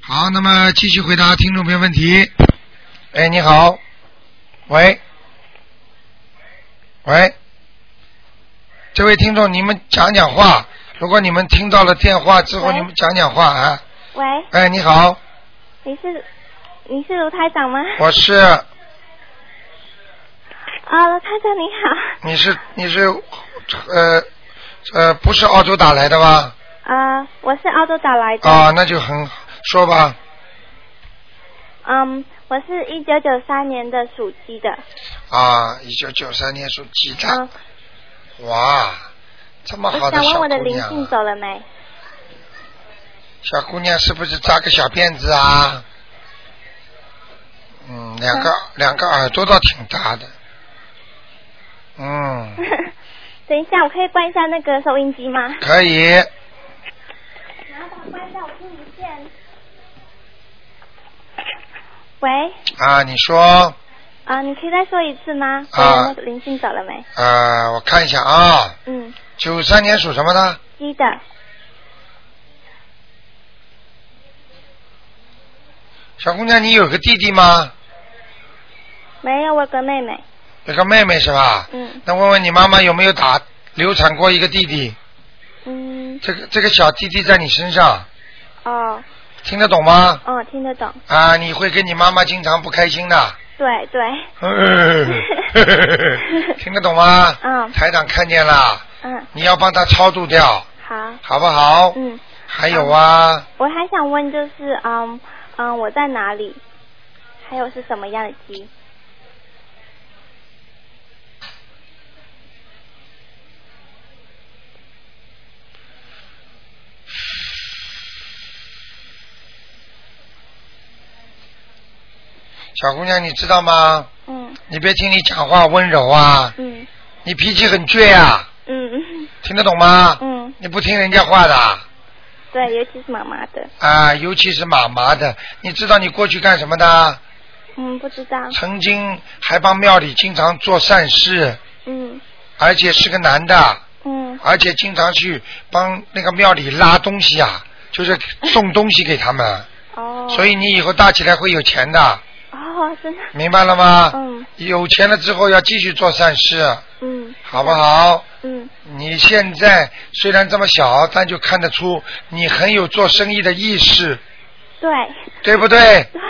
好，那么继续回答听众朋友问题。哎，你好，喂，喂，这位听众，你们讲讲话。如果你们听到了电话之后，
喂
你们讲讲话啊。
喂，
哎，你好，
你是你是卢台 长吗？
我是
啊，卢台长你好，
你是你是呃呃不是澳洲打来的吧？
啊，我是澳洲打来的，
啊，那就很说吧。
嗯，我是一九九三年的属鸡的，
啊，一九九三年属鸡的，
嗯，
哇，这么
我
好的
想问
小
我的
姑
灵
娘
性
啊，
走了没？
小姑娘是不是扎个小辫子啊？嗯，两个、两个耳朵倒挺大的。嗯，
等一下，我可以关一下那个收音机吗？
可以。
关掉听不见。喂，
啊，你说，
啊，你可以再说一次吗？
啊
那个灵性走了没？
呃，我看一下啊，
嗯，
九三年属什么的？
鸡的，
小姑娘，你有个弟弟吗？
没有，我有个妹妹。
有个妹妹是吧？
嗯
那问问你妈妈有没有打流产过一个弟弟？
嗯。
这个这个小弟弟在你身上，
哦。
听得懂吗？
哦，听得懂。
啊，你会跟你妈妈经常不开心 的。
对对。
听得懂吗？
嗯
台长看见了，
嗯，
你要帮他超度掉，
好。
好不好？
嗯。
还有啊，
我还想问，就是嗯嗯，我在哪里？还有是什么样的鸡？
小姑娘，你知道吗？
嗯
你别听你讲话温柔啊，
嗯
你脾气很倔啊，
嗯
听得懂吗？
嗯，
你不听人家话的
对，尤其是妈妈的，
啊，尤其是妈妈的，你知道你过去干什么的？
嗯，不知道，
曾经还帮庙里经常做善事，
嗯
而且是个男的。
嗯
而且经常去帮那个庙里拉东西啊，就是送东西给他们，
哦，
所以你以后大起来会有钱的，
哦，真的，
明白了吗？
嗯
有钱了之后要继续做善事，
嗯，
好不好？
嗯
你现在虽然这么小，但就看得出你很有做生意的意识，
对
对不对？
对，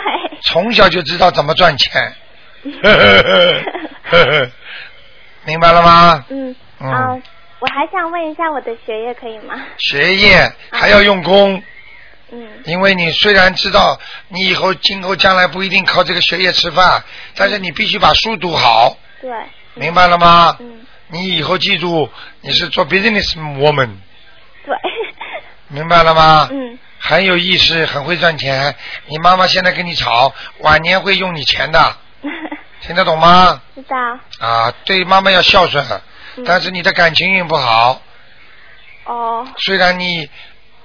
从小就知道怎么赚 钱， 明白了吗？
嗯
嗯
啊、我还想问一下我的学业可以吗？
学业还要用功。
嗯
因为你虽然知道你以后今后将来不一定靠这个学业吃饭，但是你必须把书读好，
对，
明白了吗？
嗯
你以后记住你是做 business woman，
对，
明白了吗？
嗯
很有意识，很会赚钱。你妈妈现在跟你吵，晚年会用你钱的，
嗯
听得懂吗？
知道，
啊，对妈妈要孝顺，
嗯
但是你的感情运不好，
哦
虽然你，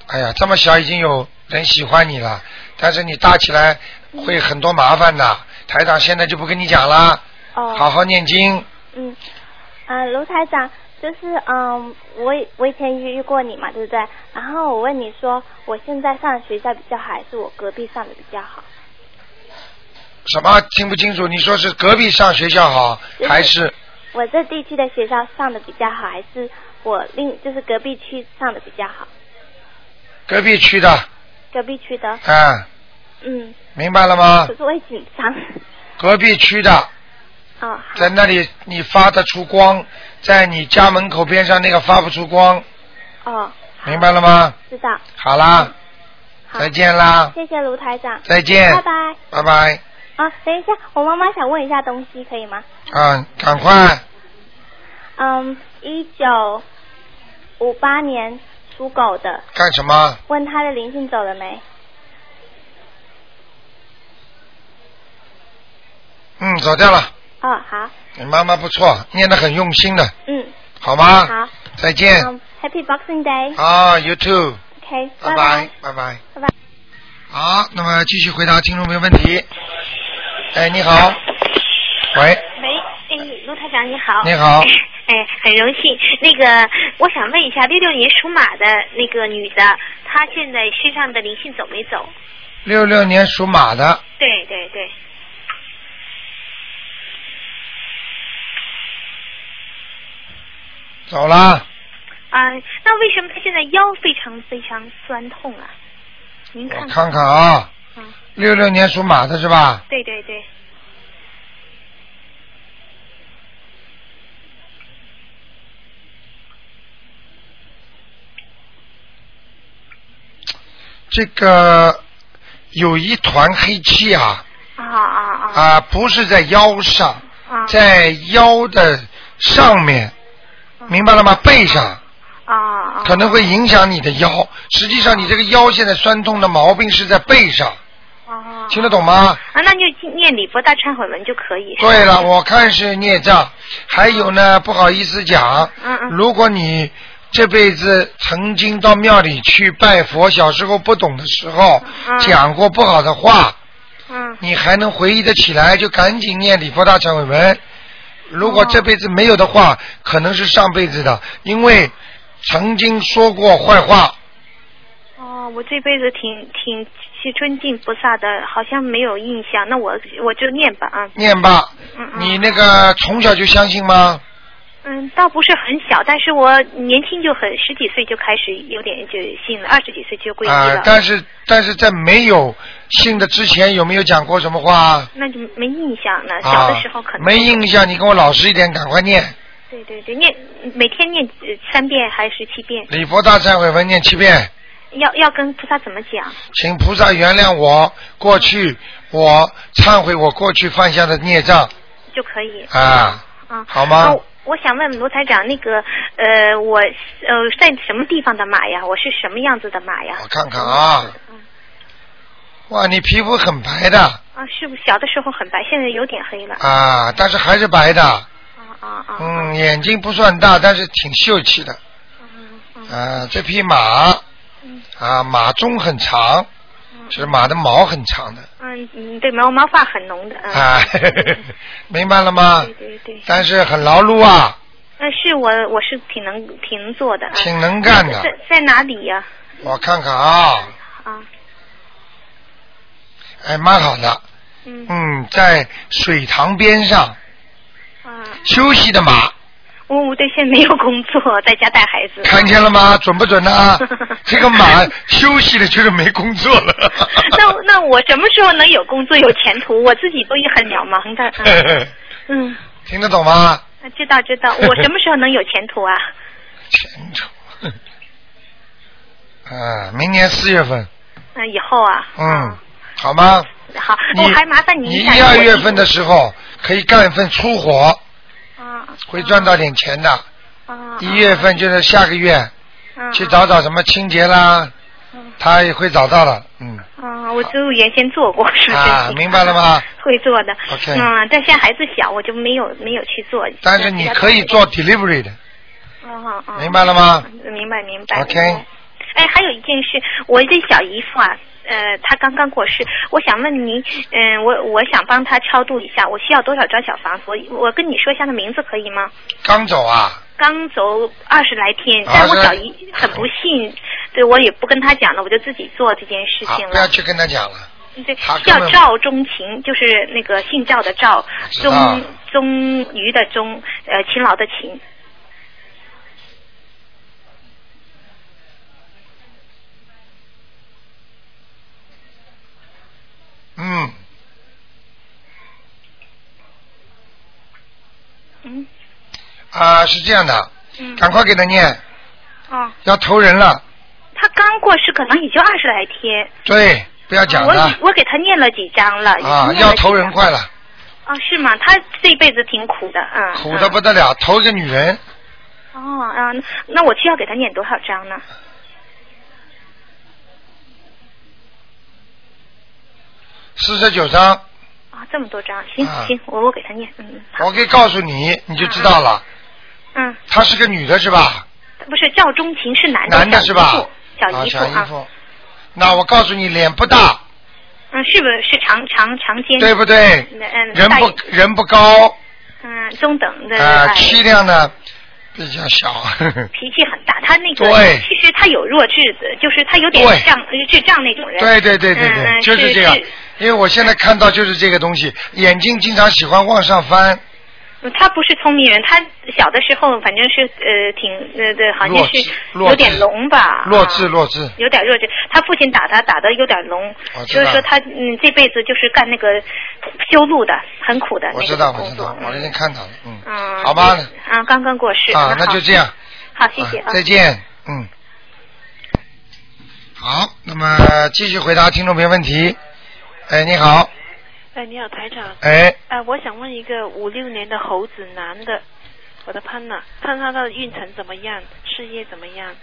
哎呀，这么小已经有人喜欢你了，但是你大起来会很多麻烦的。台长现在就不跟你讲了，
哦，
好好念经。
嗯，啊，卢台长，就是嗯，我以我以前遇遇过你嘛，对不对？然后我问你说，我现在上的学校比较好，还是我隔壁上的比较好？
什么听不清楚？你说是隔壁上学校好，
就是
还是
我这地区的学校上的比较好，还是我另就是隔壁区上的比较好？
隔壁区的？
隔壁区的，
啊，
嗯，
明白了吗
可？是我也紧张。
隔壁区的，
哦，
在那里你发得出光，在你家门口边上那个发不出光，
好哦，
明白了吗？
知道。
好啦，
好
再见啦，
谢谢卢台长。
再见
拜拜。
拜拜。
啊，等一下，我妈妈想问一下东西，可以吗？
啊，赶快，
嗯，一九五八年属狗的，
干什么？
问他的灵性走了没？
嗯，走掉了。
哦，好，
你妈妈不错，念得很用心的，
嗯，
好吗？
好，
再见。
嗯，Happy Boxing Day，
啊，You too，
，OK，
拜
拜，
拜拜。
拜拜。
好，那么继续回答听众朋友问题。哎，你好，喂，
喂，哎，卢台长你好。
你好
哎，很荣幸。那个，我想问一下，六六年属马的那个女的，她现在身上的灵性走没走？
六六年属马的，
对对对，
走了，
啊、那为什么她现在腰非常非常酸痛啊？您看
我看看啊，
嗯，
六六年属马的是吧？
对对对，
这个有一团黑气啊
啊啊啊
啊，不是在腰上，
啊！
在腰的上面，明白了吗？背上。
嗯啊
可能会影响你的腰。实际上，你这个腰现在酸痛的毛病是在背上，
啊
听得懂吗？
啊，那就念礼佛大忏悔文就可以。
对了，我看是孽障，还有呢，不好意思讲，
嗯嗯
如果你这辈子曾经到庙里去拜佛，小时候不懂的时候
嗯
讲过不好的话，
嗯
你还能回忆得起来，就赶紧念礼佛大忏悔文。如果这辈子没有的话，可能是上辈子的，因为曾经说过坏话，
哦，我这辈子挺挺去尊敬菩萨的，好像没有印象。那我我就念吧啊。
念吧，你那个从小就相信吗？
嗯，倒不是很小，但是我年轻就很，十几岁就开始有点就信了，二十几岁就皈依
啊、
了。
但是但是在没有信的之前，有没有讲过什么话？
那就没印象了，呃小
啊
的时候可能、
没印象，你跟我老实一点，赶快念
对对对，念每天念呃三遍还是七遍？
礼佛大忏悔文念七遍，
要要跟菩萨怎么讲？
请菩萨原谅我过去我忏悔我过去犯下的孽障
就可以。
啊，
啊，
好吗
哦我想问卢台长，那个呃，我呃在什么地方的马呀？我是什么样子的马呀？
我看看啊，
嗯
哇，你皮肤很白的
啊，是不是小的时候很白，现在有点黑了？
啊，但是还是白的，
啊啊
嗯，眼睛不算大，但是挺秀气的，
嗯
啊，这匹马啊，马鬃很长，是马的毛很长的。
嗯嗯，对，毛毛发很浓的，嗯，
啊， 明白了吗
对？对对。
但是很劳碌啊，
但呃是我我是挺能挺能做的，嗯
挺能干的
在。在哪里呀？
我看看啊，
啊，
哎，蛮好的。
嗯
嗯，在水塘边上
啊，
休息的马，
我我对现在没有工作，在家带孩 子。
看见了吗？准不准呢、这个马休息了就是没工作了。
那那我什么时候能有工作有前途？我自己都也很渺茫的。 嗯，
听得懂吗？
嗯知道知道，我什么时候能有前途啊？
前途。啊，明年四月份，
嗯，以后啊，
嗯，好吗？
好，
你
我还麻烦您
你
一下。
一二月份的时候可以干一份粗活，会赚到点钱的。一月份就是下个月，去找找什么清洁啦，他也会找到了。嗯，
啊，我就原先做过，是不是？
啊，明白了吗？
会做的
OK
嗯，但现在孩子小，我就没有没有去做。
但是你可以做 delivery 的，
哦哦，
明白了吗
明白明白。
？OK，
哎，还有一件事，我这小姨夫啊，呃，他刚刚过世，我想问您，嗯、我我想帮他超度一下，我需要多少张小房子？我我跟你说一下他名字可以吗？
刚走啊，
刚走二十来天，
啊
但我
是
小姨很不幸，对我也不跟他讲了，我就自己做这件事
啊
情，
不要
了。
去跟他讲了。
对
他，根
叫
本
赵钟情，就是那个姓赵的赵，
知道
钟钟于的钟，呃，勤劳的勤。
嗯，
嗯
啊，是这样的，
嗯。
赶快给他念，
哦，
要投人了。
他刚过世，可能也就二十来天。
对，不要讲了
啊我我给他念了几张了。已经
啊，
念了
要
几
投人快了，
啊，是吗？他这辈子挺苦的，嗯。
苦的不得了，投一个女人，
嗯。哦，嗯，那我需要给他念多少张呢？
四十九张。
啊，这么多张，行、
啊
行，我我给他念，嗯
我可以告诉你，你就知道
啊
了。
嗯，
她是个女的是吧？
不是赵钟情是男的，
男的是吧
哎小姨夫？小
啊，
姨夫
小姨
啊，
夫。那我告诉你，脸不大，
嗯，是不是是长长长肩？
对不对
嗯嗯，
人
大
不人不高，
嗯中等的，
啊，
哎
气量呢比较小。呵呵
脾气很大，他那个
对
其实他有弱智的，就是他有点
对
像呃智障那种人。
对对对对
嗯
对，
嗯
就是这样。因为我现在看到就是这个东西，眼睛经常喜欢往上翻，
嗯他不是聪明人，他小的时候反正是呃挺呃对，好像
弱
是
智弱
有点
智
聋吧，
弱
啊
智弱智。
有点弱智。他父亲打他打的有点聋，
我知
所
道
以说他嗯这辈子就是干那个修路的，很苦的
我
那
知
个
道，我
工
知
作
道。，我已经看到了，嗯，
嗯，
好吧
对啊，刚刚过世。
啊，那
好
就这样。。
好，谢谢
啊再见，嗯。好，那么继续回答听众朋友问题。哎，你好，
哎，你好，台长。
哎，
哎，我想问一个五六年的猴子男的，我的潘娜，看他的运程怎么样，事业怎么样？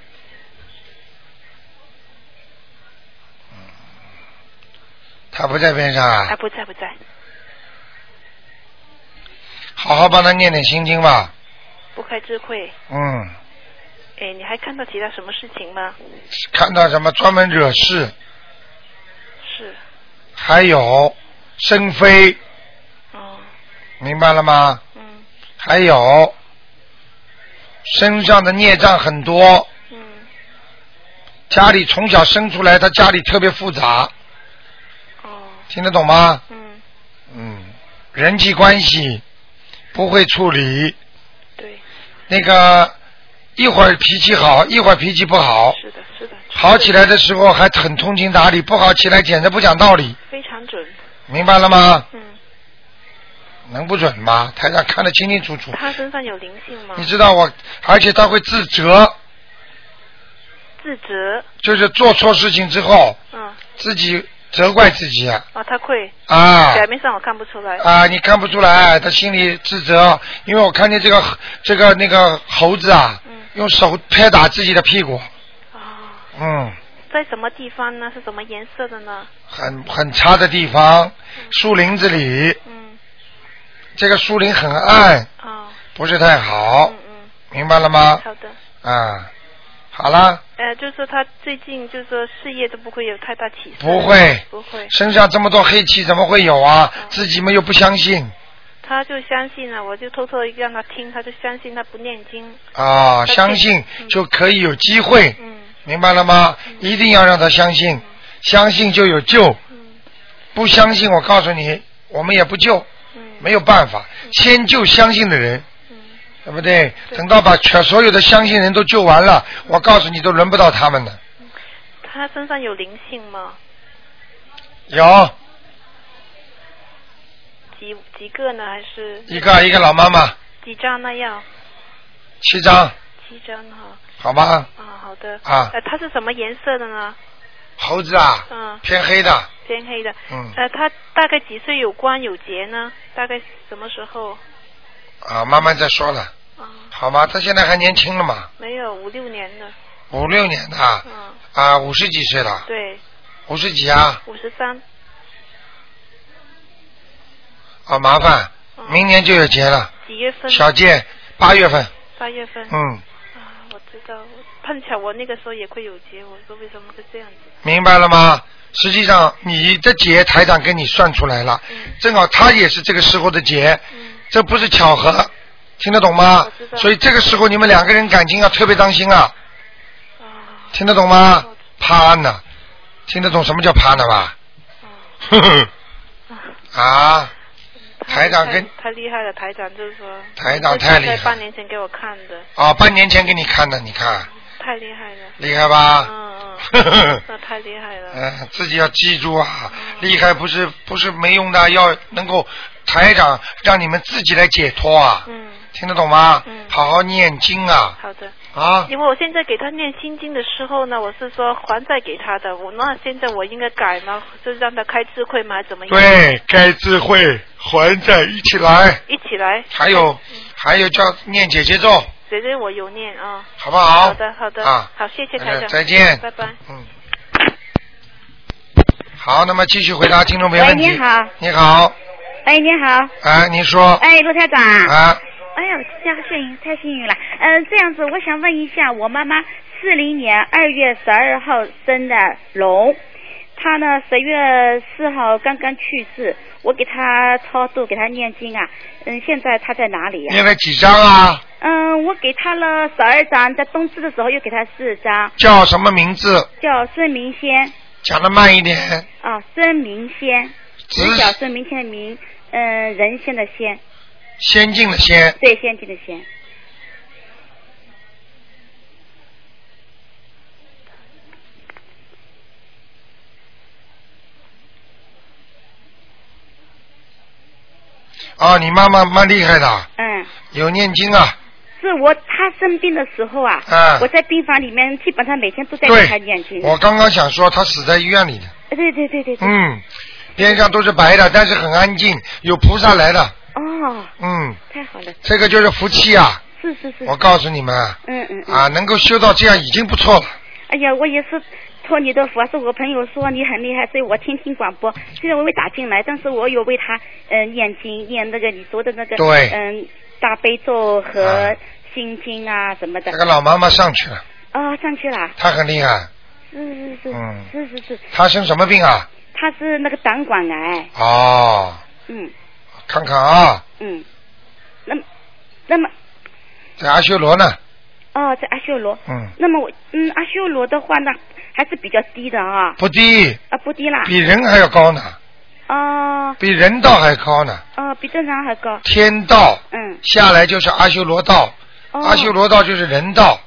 他不在边上
哎，
啊，
不在不在，
好好帮他念点心经吧。
不开智慧。
嗯，
哎，你还看到其他什么事情吗？
看到什么专门惹事，
是，
还有生非，
哦，
明白了吗？
嗯
还有身上的孽障很多，
嗯，
家里从小生出来，他家里特别复杂，
哦，
听得懂吗？
嗯，
嗯，人际关系不会处理，对，那个一会儿脾气好，一会儿脾气不好，是的，是的，好起来的时候还很通情达理，不好起来简直不讲道理，
非常准。
明白了吗？嗯。能不准吗？台上看得清清楚楚，
他身上有灵性吗？
你知道我，而且他会自责，
自责，
就是做错事情之后
嗯，
自己责怪自己啊。
啊，他会
啊
表面上我看不出来
啊，你看不出来，他心里自责，因为我看见这个这个那个猴子啊，用手拍打自己的屁股，嗯，
在什么地方呢？是什么颜色的呢？
很很差的地方，树林子里，这个树林很暗，不是太好，明白了吗？
好的。
啊，好了，
呃，就是说他最近就是说事业都不会有太大起色。
不会
不会。嗯
身上这么多黑气怎么会有啊？自己们又不相信
他就相信了，我就偷偷地让他听，他就相信他不念经。
啊，
而且
相信
嗯
就可以有机会，明白了吗？一定要让他相信，
嗯
相信就有救，不相信我告诉你，我们也不救，
嗯
没有办法，先救相信的人。对不对？等到把全所有的相信人都救完了，
嗯
我告诉你，都轮不到他们的。
他身上有灵性吗？
有
几几个呢？还是
一个一个老妈妈
几张那样？
七张，
七张哈。
好吗？
啊，好的。
啊
呃，它是什么颜色的呢？
猴子啊，
嗯。
偏黑的。
偏黑的。
嗯
呃，他大概几岁有关有节呢？大概什么时候？啊
啊，慢慢再说了，好吗？他现在还年轻了嘛，
没有五六年的。
五六年的啊，
嗯。
啊，五十几岁了，
对。
五十几啊，
五十三。
啊，麻烦，明年就有节了，
哦嗯几月份？
小健，八月份，
八月份。啊
嗯，
我知道，碰巧我那个时候也会有节，我说为什么是这样子？
明白了吗？实际上你的节台长给你算出来了，
嗯
正好他也是这个时候的节，这不是巧合，听得懂吗？所以这个时候你们两个人感情要特别当心啊，听得懂吗？怕呢，听得懂什么叫怕呢吧？呵呵， 啊， 台长跟
太太厉害了，台长就是说。
台长太厉害
这是在半年前给我看的，
哦，半年前给你看的，你看
太厉害了。
厉害吧？
嗯
呵呵
嗯，那太厉害了。
嗯，自己要记住啊，厉害不是不是没用的，要能够台长让你们自己来解脱啊，
嗯，
听得懂吗？
嗯
好好念经啊
好的。
啊！
因为我现在给他念心经的时候呢，我是说还债给他的，我那现在我应该改吗？就是让他开智慧吗？还是怎么样？
对，该智慧还在一起来，
一起来。
还有
嗯
还有叫念姐姐咒，
姐姐，我有念啊，
好不好？
好的，好的，
啊
好，谢谢
好
台
的
长，
再见
拜拜。
好，那么继续回答听众朋友
喂，
问题。
你好，
你好，
哎，你好，
哎，您说，
哎，陆台长，
啊，
哎呦，这样幸运，太幸运了。嗯、这样子，我想问一下，我妈妈四零年二月十二号生的龙，她呢十月四号刚刚去世，我给她超度，给她念经啊。嗯，现在她在哪里呀、
念了几张啊？
嗯，我给她了十二张，在冬至的时候又给她四张，
叫什么名字？
叫孙明仙。
讲的慢一点。
啊，孙明仙，
直
小孙明天的明，嗯、人仙的仙，
先进的先，
对，仙境的仙。
哦，你妈妈蛮厉害的，
嗯，
有念经啊。
是我他生病的时候啊，
嗯
我在病房里面基本上每天都在
对
给他念经。
我刚刚想说，她死在医院里的，
呃对对对对对。。
嗯，边上都是白的，但是很安静，有菩萨来的，
哦，
嗯，
太好了。
这个就是福气啊！
是是是。
我告诉你们啊
嗯嗯嗯。
啊，能够修到这样已经不错了。
哎呀，我也是托你的福，是我朋友说你很厉害，所以我听听广播。虽然我没打进来，但是我有为他嗯、呃念经，念那个你说的那个
对
嗯大悲咒和心经啊什么的。
这个老妈妈上去了，
啊、上去了。
她很厉害，
是是是。
嗯
是是是，
她生什么病啊？
他是那个胆管癌。
哦，
嗯
看看啊，
嗯。那么那么
在阿修罗呢，
哦，在阿修罗。
嗯，
那么我嗯，阿修罗的话呢，还是比较低的啊。
不低，
啊，不低啦。
比人还要高呢。
哦，
比人道还高呢。
哦，比正常还高。
天道
嗯，
下来就是阿修罗道，
哦
哦阿修罗道就是人道，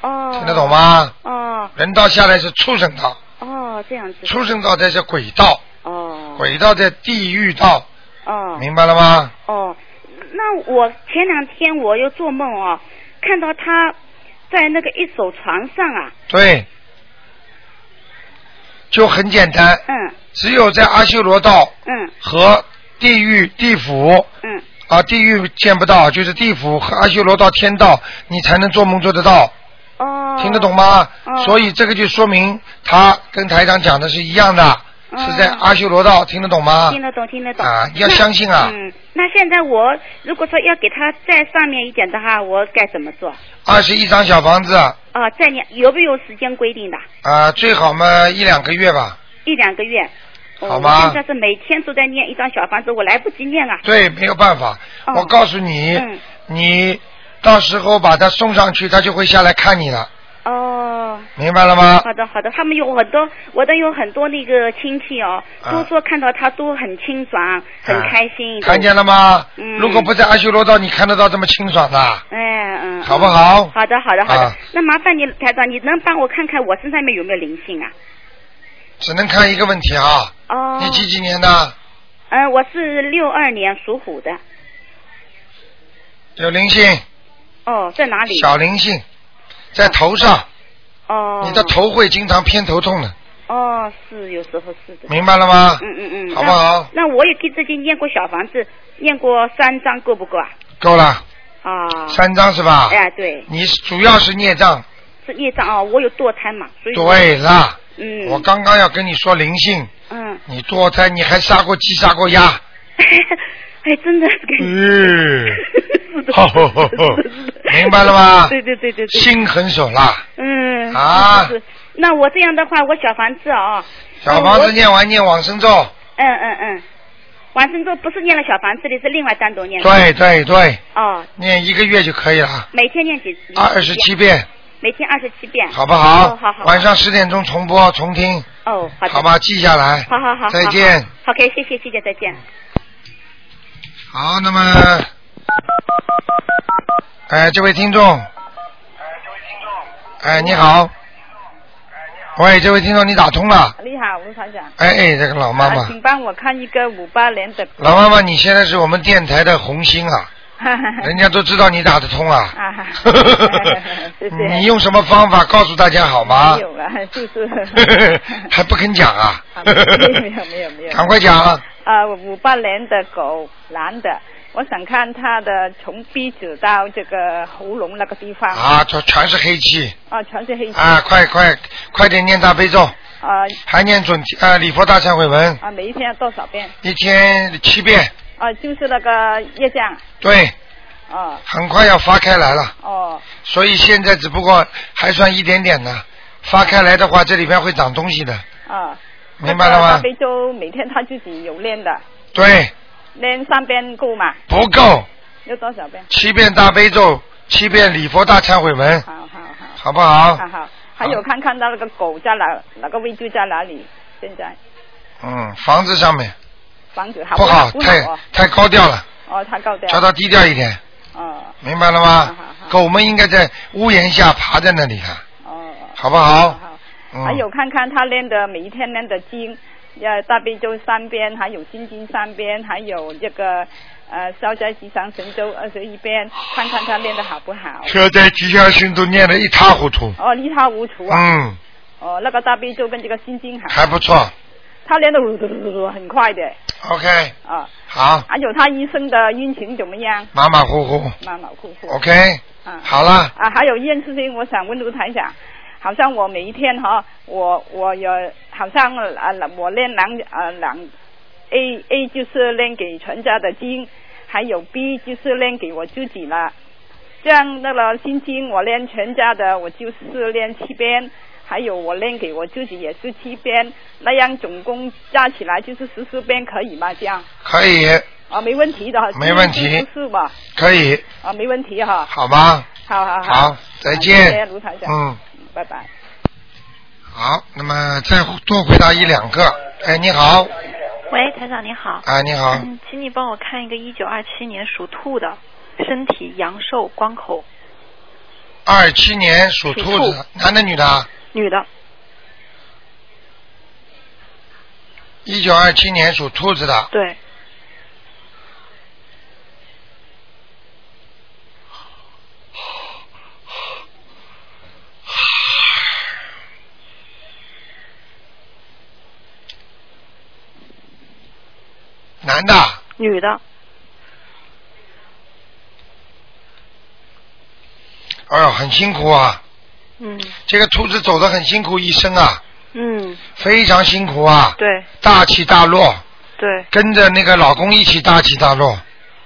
哦，
听得懂？吗？
哦
人道下来是畜生道，
哦，这样子。
畜生道才是鬼道，
哦
鬼道在地狱道，
哦。
明白了吗？
哦，那我前两天我又做梦哦，看到他在那个一手床上啊，
对，就很简单，
嗯
只有在阿修罗道
嗯
和地狱、地府
嗯，
啊，地狱见不到，就是地府和阿修罗道、天道，你才能做梦做得到。
哦，
听得懂吗？
哦
所以这个就说明他跟台长讲的是一样的，是在阿修罗道，听得懂吗？
哦听得懂听得懂
啊你要
那
相信啊
嗯，那现在我如果说要给他再上面一点的话，我该怎么做？
二十一张小房子啊、
啊，再念有没有时间规定的？
最好嘛一两个月吧。
一两个月。哦
好吧
我现在是每天都在念一张小房子，我来不及念啊。
对，没有办法，
哦
我告诉你，
嗯
你到时候把他送上去，他就会下来看你了，
哦。
明白了吗？
好的好的，他们有很多，我的有很多那个亲戚哦，
啊
都说看到他都很清爽，很开心。
哎看见了？吗？
嗯
如果不在阿修罗道，你看得到这么清爽的？
哎嗯。
好不好
好的好的好的，
啊
那麻烦你台长，你能帮我看看我身上面有没有灵性啊？
只能看一个问题啊，
哦。
你几几年的？
嗯，我是六二年属虎的。
有灵性，
哦，在哪里？
小灵性，在头上，
哦。
你的头会经常偏头痛的。
哦，是有时候是的。
明白了吗
嗯嗯嗯，
好不好
那？那我也给自己念过小房子，念过三张，够不够啊？
够了，
啊。
三张是吧？
哎，对，
你主要是孽障。
是业障啊，我有堕胎嘛，所以。
对啦。
嗯。
我刚刚要跟你说灵性，
嗯，
你堕胎，你还杀过鸡，杀过鸭。
哎，真的。
嗯。
是 的
好好好好，明白了吗？
对对对对对。
心狠手辣，
嗯。
啊
是是是那我这样的话，我小房子啊、
小房
嗯
子
我
念完念往生咒，
嗯嗯嗯，完成之后不是念了小房子里，是另外单独念的。
对。对对，
哦，
念一个月就可以了，
每天念几？
二十七。遍，
每天二十七遍。
好不
嗯哦，好好。
晚上十点钟重播重听，
哦，好的。
好吧，记下来。
好好好。
再见。
好，OK，谢谢，谢谢，再见。
好，那么，哎，这位听众，哎，这位听众，哎，你好，喂，这位听众，你打通了，
啊你好，吴台长。
哎哎，这个老妈
啊
妈，
请帮我看一个五八年的。
老妈妈， 你现在是我们电台的红星啊，人家都知道你打得通啊，
啊，谢谢。
你用什么方法告诉大家好吗
没？有了，就是
还不肯讲啊
啊？没有没有没有没有。
赶快讲啊！
啊，五八年的狗，男的，我想看他的从鼻子到这个喉咙那个地 方。
啊，这全是黑气
啊，全是黑气。
啊！快快快点念大悲咒，
啊
还念准提啊礼佛大忏悔文，
啊，每一天要多少遍？
一天七遍，
啊，就是那个业障。
对，
啊
很快要发开来了，
哦
所以现在只不过还算一点点呢。发开来的话，这里边会长东西的，
啊。
明白了吗
那个大悲咒每天他自己有练的，
对，
练三遍够吗？
不够，
要多少遍？
七遍大悲咒，七遍礼佛大忏悔文，
好好好。
好不好？
啊好好，还有看看到那个狗在哪哪个位置在哪里？现在
嗯，房子上面
房子好
不
好
好，太
哦
太高调了，
哦，太高调，
叫他低调一点，
哦
明白了吗？狗们应该在屋檐下爬在那里的，
哦，
好不好？嗯
还有看看他练的每一天练的经，要大悲咒三遍，还有心经三遍，还有这个呃消灾吉祥神咒二十一遍，看看他练的好不好。
车在吉祥训都念得一塌糊涂，
哦，一塌糊涂啊！
嗯，
哦，那个大悲咒跟这个心经好，
还不错
他练的嘟嘟嘟嘟嘟很快的
，OK，
啊。
好，
还有他医生的运行怎么样？
马马虎虎
马马虎虎。
，OK，
啊，
好了，
啊，还有一件事情，我想问卢台长，好像我每一天哈，我我有好像啊，我练两啊两 A A 就是练给全家的经，还有 B 就是练给我自己了。这样那个心经我练全家的，我就是练七遍，还有我练给我自己也是七遍，那样总共加起来就是十四遍，可以吗？这样
可以，
啊，没问题的，
没问题
是吧？
可以，
啊，没问题哈。
好吗？
好好啊
好，再
谢谢
见
卢台。长
嗯，
拜拜。
好，那么再多回答一两个。哎，你好，
喂，台长你好。
啊你好
嗯，请你帮我看一个一九二七年属兔的，身体阳寿光口，
二七年属兔
属
子，男的女的啊？
女的，
一九二七年属兔子的，
对，
男的，
女的，
哎呦，很辛苦啊！
嗯
这个兔子走得很辛苦，一生啊，
嗯，
非常辛苦啊，
对
大起大落，
对，
跟着那个老公一起大起大落，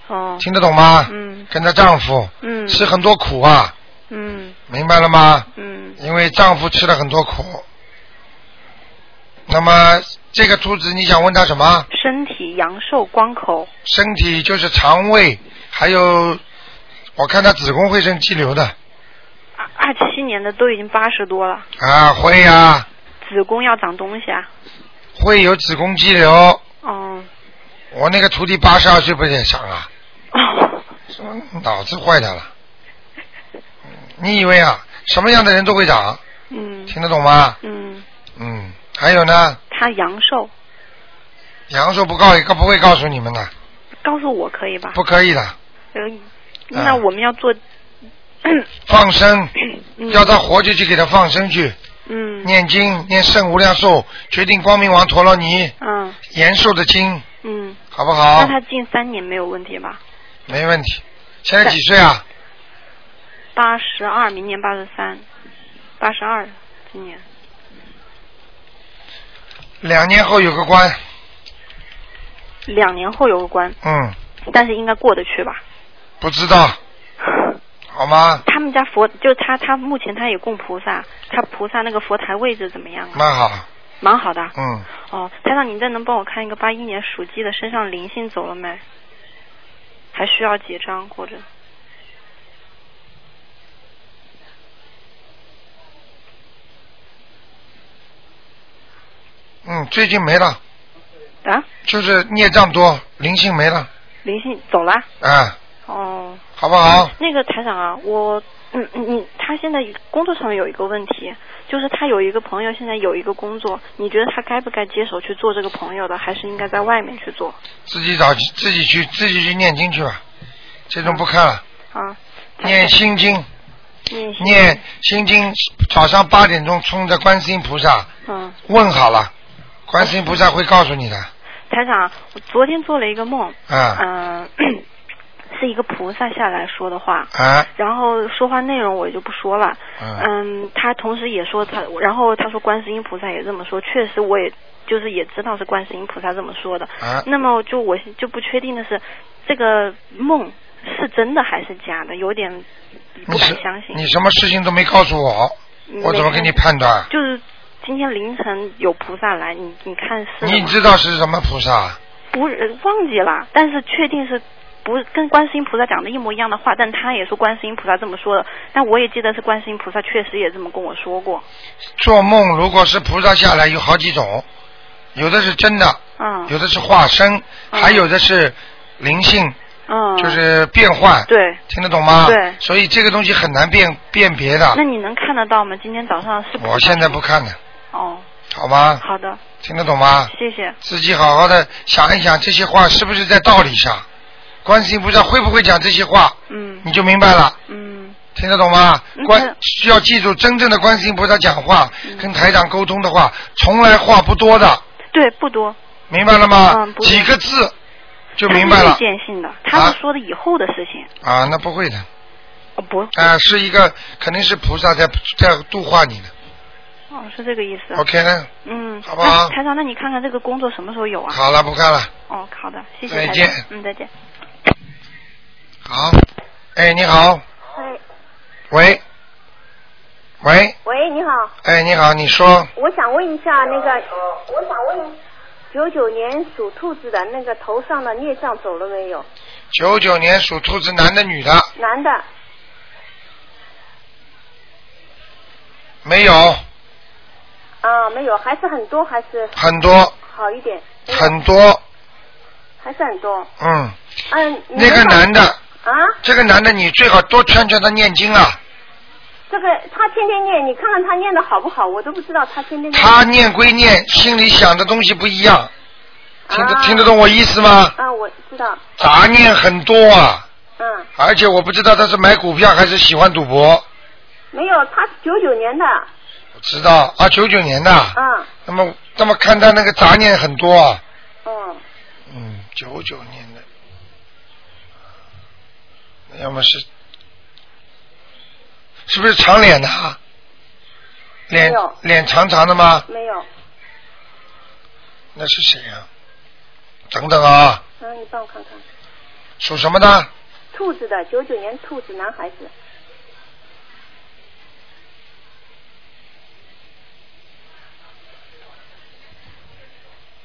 哦，
听得懂吗？
嗯
跟着丈夫
嗯
吃很多苦啊，
嗯
明白了吗？
嗯
因为丈夫吃了很多苦。那么这个兔子，你想问他什么？
身体阳寿光口，
身体就是肠胃，还有我看他子宫会生肌瘤的
二七年的都已经八十多了，
啊，会啊，
子宫要长东西啊，
会有子宫肌瘤。
哦，
我那个徒弟八十二岁不是也上啊？脑子坏掉 了。你以为啊，什么样的人都会长？
嗯
听得懂吗？
嗯，
嗯，还有呢，
他阳寿，
杨叔不告也不会告诉你们的，
告诉我可以吧？
不啊可以的。
呃，那我们要 做，
放生，
嗯
叫他活就去给他放生去，
嗯
念经念圣无量寿，决定光明王陀罗尼
嗯
延寿的经，
嗯，
好不
那
好？
他近三年没有问题吧？
没问题。现在几岁啊？
八十二，明年八十三，八十二，今年
两年后有个关，
两年后有个关，
嗯，
但是应该过得去吧？
不知道，好吗？
他们家佛就他他目前他也供菩萨，他菩萨那个佛台位置怎么样啊？
蛮好，
蛮好的。
嗯，
哦，台长，你再能帮我看一个八一年属鸡的身上灵性走了没？还需要几张或者？
嗯，最近没了，
啊，
就是孽障多，灵性没了，
灵性走了？
啊，
哦，
好不好？
那个台长啊，我嗯嗯嗯，他现在工作上面有一个问题，就是他有一个朋友现在有一个工作，你觉得他该不该接手去做这个朋友的，还是应该在外面去做？
自己找自己去自己去念经去吧，这
嗯
种不看了，
啊，
念心经，
念心
念心经，早上八点钟冲着观世音菩萨
嗯，
问好了，观世音菩萨会告诉你的，
台长，我昨天做了一个梦，
啊
嗯、 是一个菩萨下来说的话，
啊
然后说话内容我就不说了。
嗯
嗯，他同时也说他，然后他说观世音菩萨也这么说，确实我也就是也知道是观世音菩萨这么说的。
啊
那么就我就不确定的是，这个梦是真的还是假的，有点不
你
敢
是
相信。
你什么事情都没告诉我，
嗯
我怎么给
没看
你判断？
就是今天凌晨有菩萨来，你你看是
你
吗
知道是什么菩萨？
不是忘记了，但是确定是不是跟观世音菩萨讲的一模一样的话，但他也说观世音菩萨这么说的，但我也记得是观世音菩萨确实也这么跟我说过。
做梦如果是菩萨下来有好几种，有的是真的，
嗯
有的是化身，
嗯
还有的是灵性，
嗯，
就是变换。
对。
听得懂吗？
对
所以这个东西很难辨辨别的
那。你能看得到吗？今天早上是菩萨
我现在不看了，
哦，
好吗？
好的，
听得懂吗？
谢谢。
自己好好的想一想，这些话是不是在道理上？观世音菩萨会不会讲这些话？
嗯
你就明白了。
嗯
听得懂吗
嗯？
观需要记住，真正的观世音菩萨讲话，跟台长沟通的话，从来话不多的，
对，不多，
明白了吗？
嗯不多嗯
几个字就明白
他
了
是预见性的，他是说的以后的事情。
啊，那不会的。
哦不。
啊，是一个肯定是菩萨在在度化你的。
哦，是这个意思。
OK 呢？
嗯，
好不好
那台长，那你看看这个工作什么时候有啊？
好了，不看了。
哦，好的，谢谢
再
台长。
见
嗯，再见。
好，哎，你好，
哎，
喂，喂，
喂，你好，
哎，你好，你说
我想问一下那个，我想问九九年属兔子的那个头上的孽障走了没有？
九九年属兔子男的女的
男的
没有？
啊，没有，还是很多，还是
很多
嗯好一点。
很多，
还是很多。
嗯，
嗯，你
那个
能帮
男的
啊，
这个男的你最好多劝劝他念经啊。
这个他天天念，你看看他念的好不好，我都不知道他天天念。
他念归念，心里想的东西不一样，听得、
啊
听得懂我意思吗？
啊，我知道。
杂念很多啊，
嗯，
而且我不知道他是买股票还是喜欢赌博，
没有，他是九九年的。
我知道啊，九九年的，
嗯，
那么那么看他那个杂念很多啊，
嗯，
嗯，九九年的，要么是是不是长脸的啊？脸
没有
脸长长的吗？
没有，
那是谁啊？等等啊，
嗯，你帮我看看，
属什么的？
兔子的九九年兔子男孩子，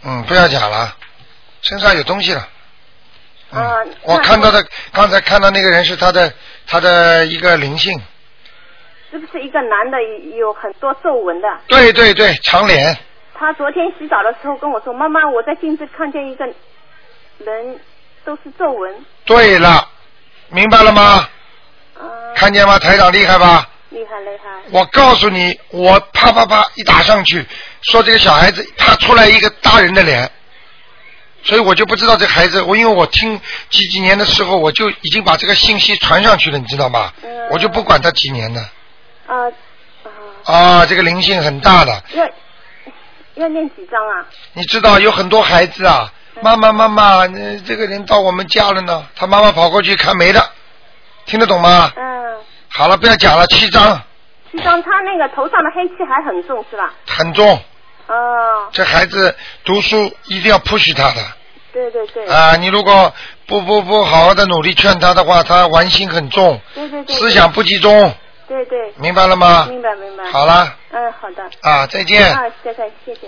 嗯，不要讲了，身上有东西了。嗯，
啊
我
那
看到的，刚才看到那个人是他的他的一个灵性，
是不是一个男的有很多皱纹的？
对对对，长脸，
他昨天洗澡的时候跟我说：“妈妈，我在镜子看见一个人，都是皱纹，
对了，明白了吗？看见吗？台长厉害吧？
啊厉害厉害。
我告诉你，我啪啪啪一打上去，说这个小孩子他出来一个大人的脸，所以我就不知道这孩子，我因为我听几几年的时候，我就已经把这个信息传上去了，你知道吗？
嗯
我就不管他几年的
啊、嗯
啊，这个灵性很大的，
要要念几张啊？
你知道有很多孩子啊，
嗯
妈妈妈妈，呃这个人到我们家了呢，他妈妈跑过去看没的，听得懂吗？
嗯，
好了，不要讲了，七张
七张。他那个头上的黑气还很重是吧？
很重，
哦，
这孩子读书一定要 push 他的。
对对对。
啊，你如果不不不好好的努力劝他的话，他玩心很重，
对嗯对对。
思想不集中。
对对。
明白了吗
明白明白。
好了。
嗯，好的。
啊再见嗯
啊，再见，谢谢。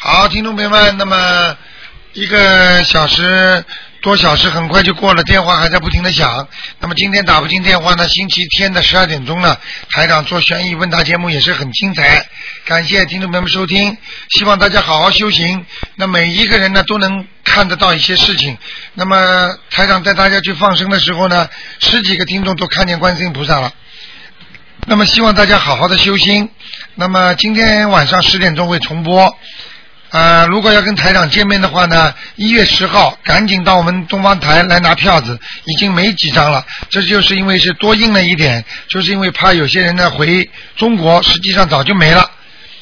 好，听众朋友们，那么一个小时多小时很快就过了，电话还在不停的响。那么今天打不进电话呢，星期天的十二点钟呢，台长做悬疑问答节目也是很精彩。感谢听众朋友们收听，希望大家好好修行。那每一个人呢都能看得到一些事情。那么台长带大家去放生的时候呢，十几个听众都看见观世音菩萨了。那么希望大家好好的修心。那么今天晚上十点钟会重播。呃，如果要跟台长见面的话呢，一月十号赶紧到我们东方台来拿票子，已经没几张了。这就是因为是多印了一点，就是因为怕有些人呢回中国，实际上早就没了。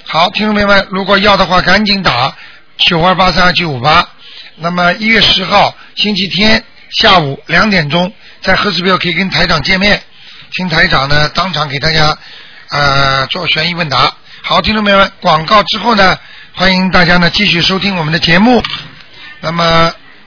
好，听众朋友们，如果要的话，赶紧打九二八三二九五八。那么一月十号星期天下午两点钟，在赫斯比尔可以跟台长见面，听台长呢当场给大家呃做悬疑问答。好，听众朋友们，广告之后呢，欢迎大家呢继续收听我们的节目。那么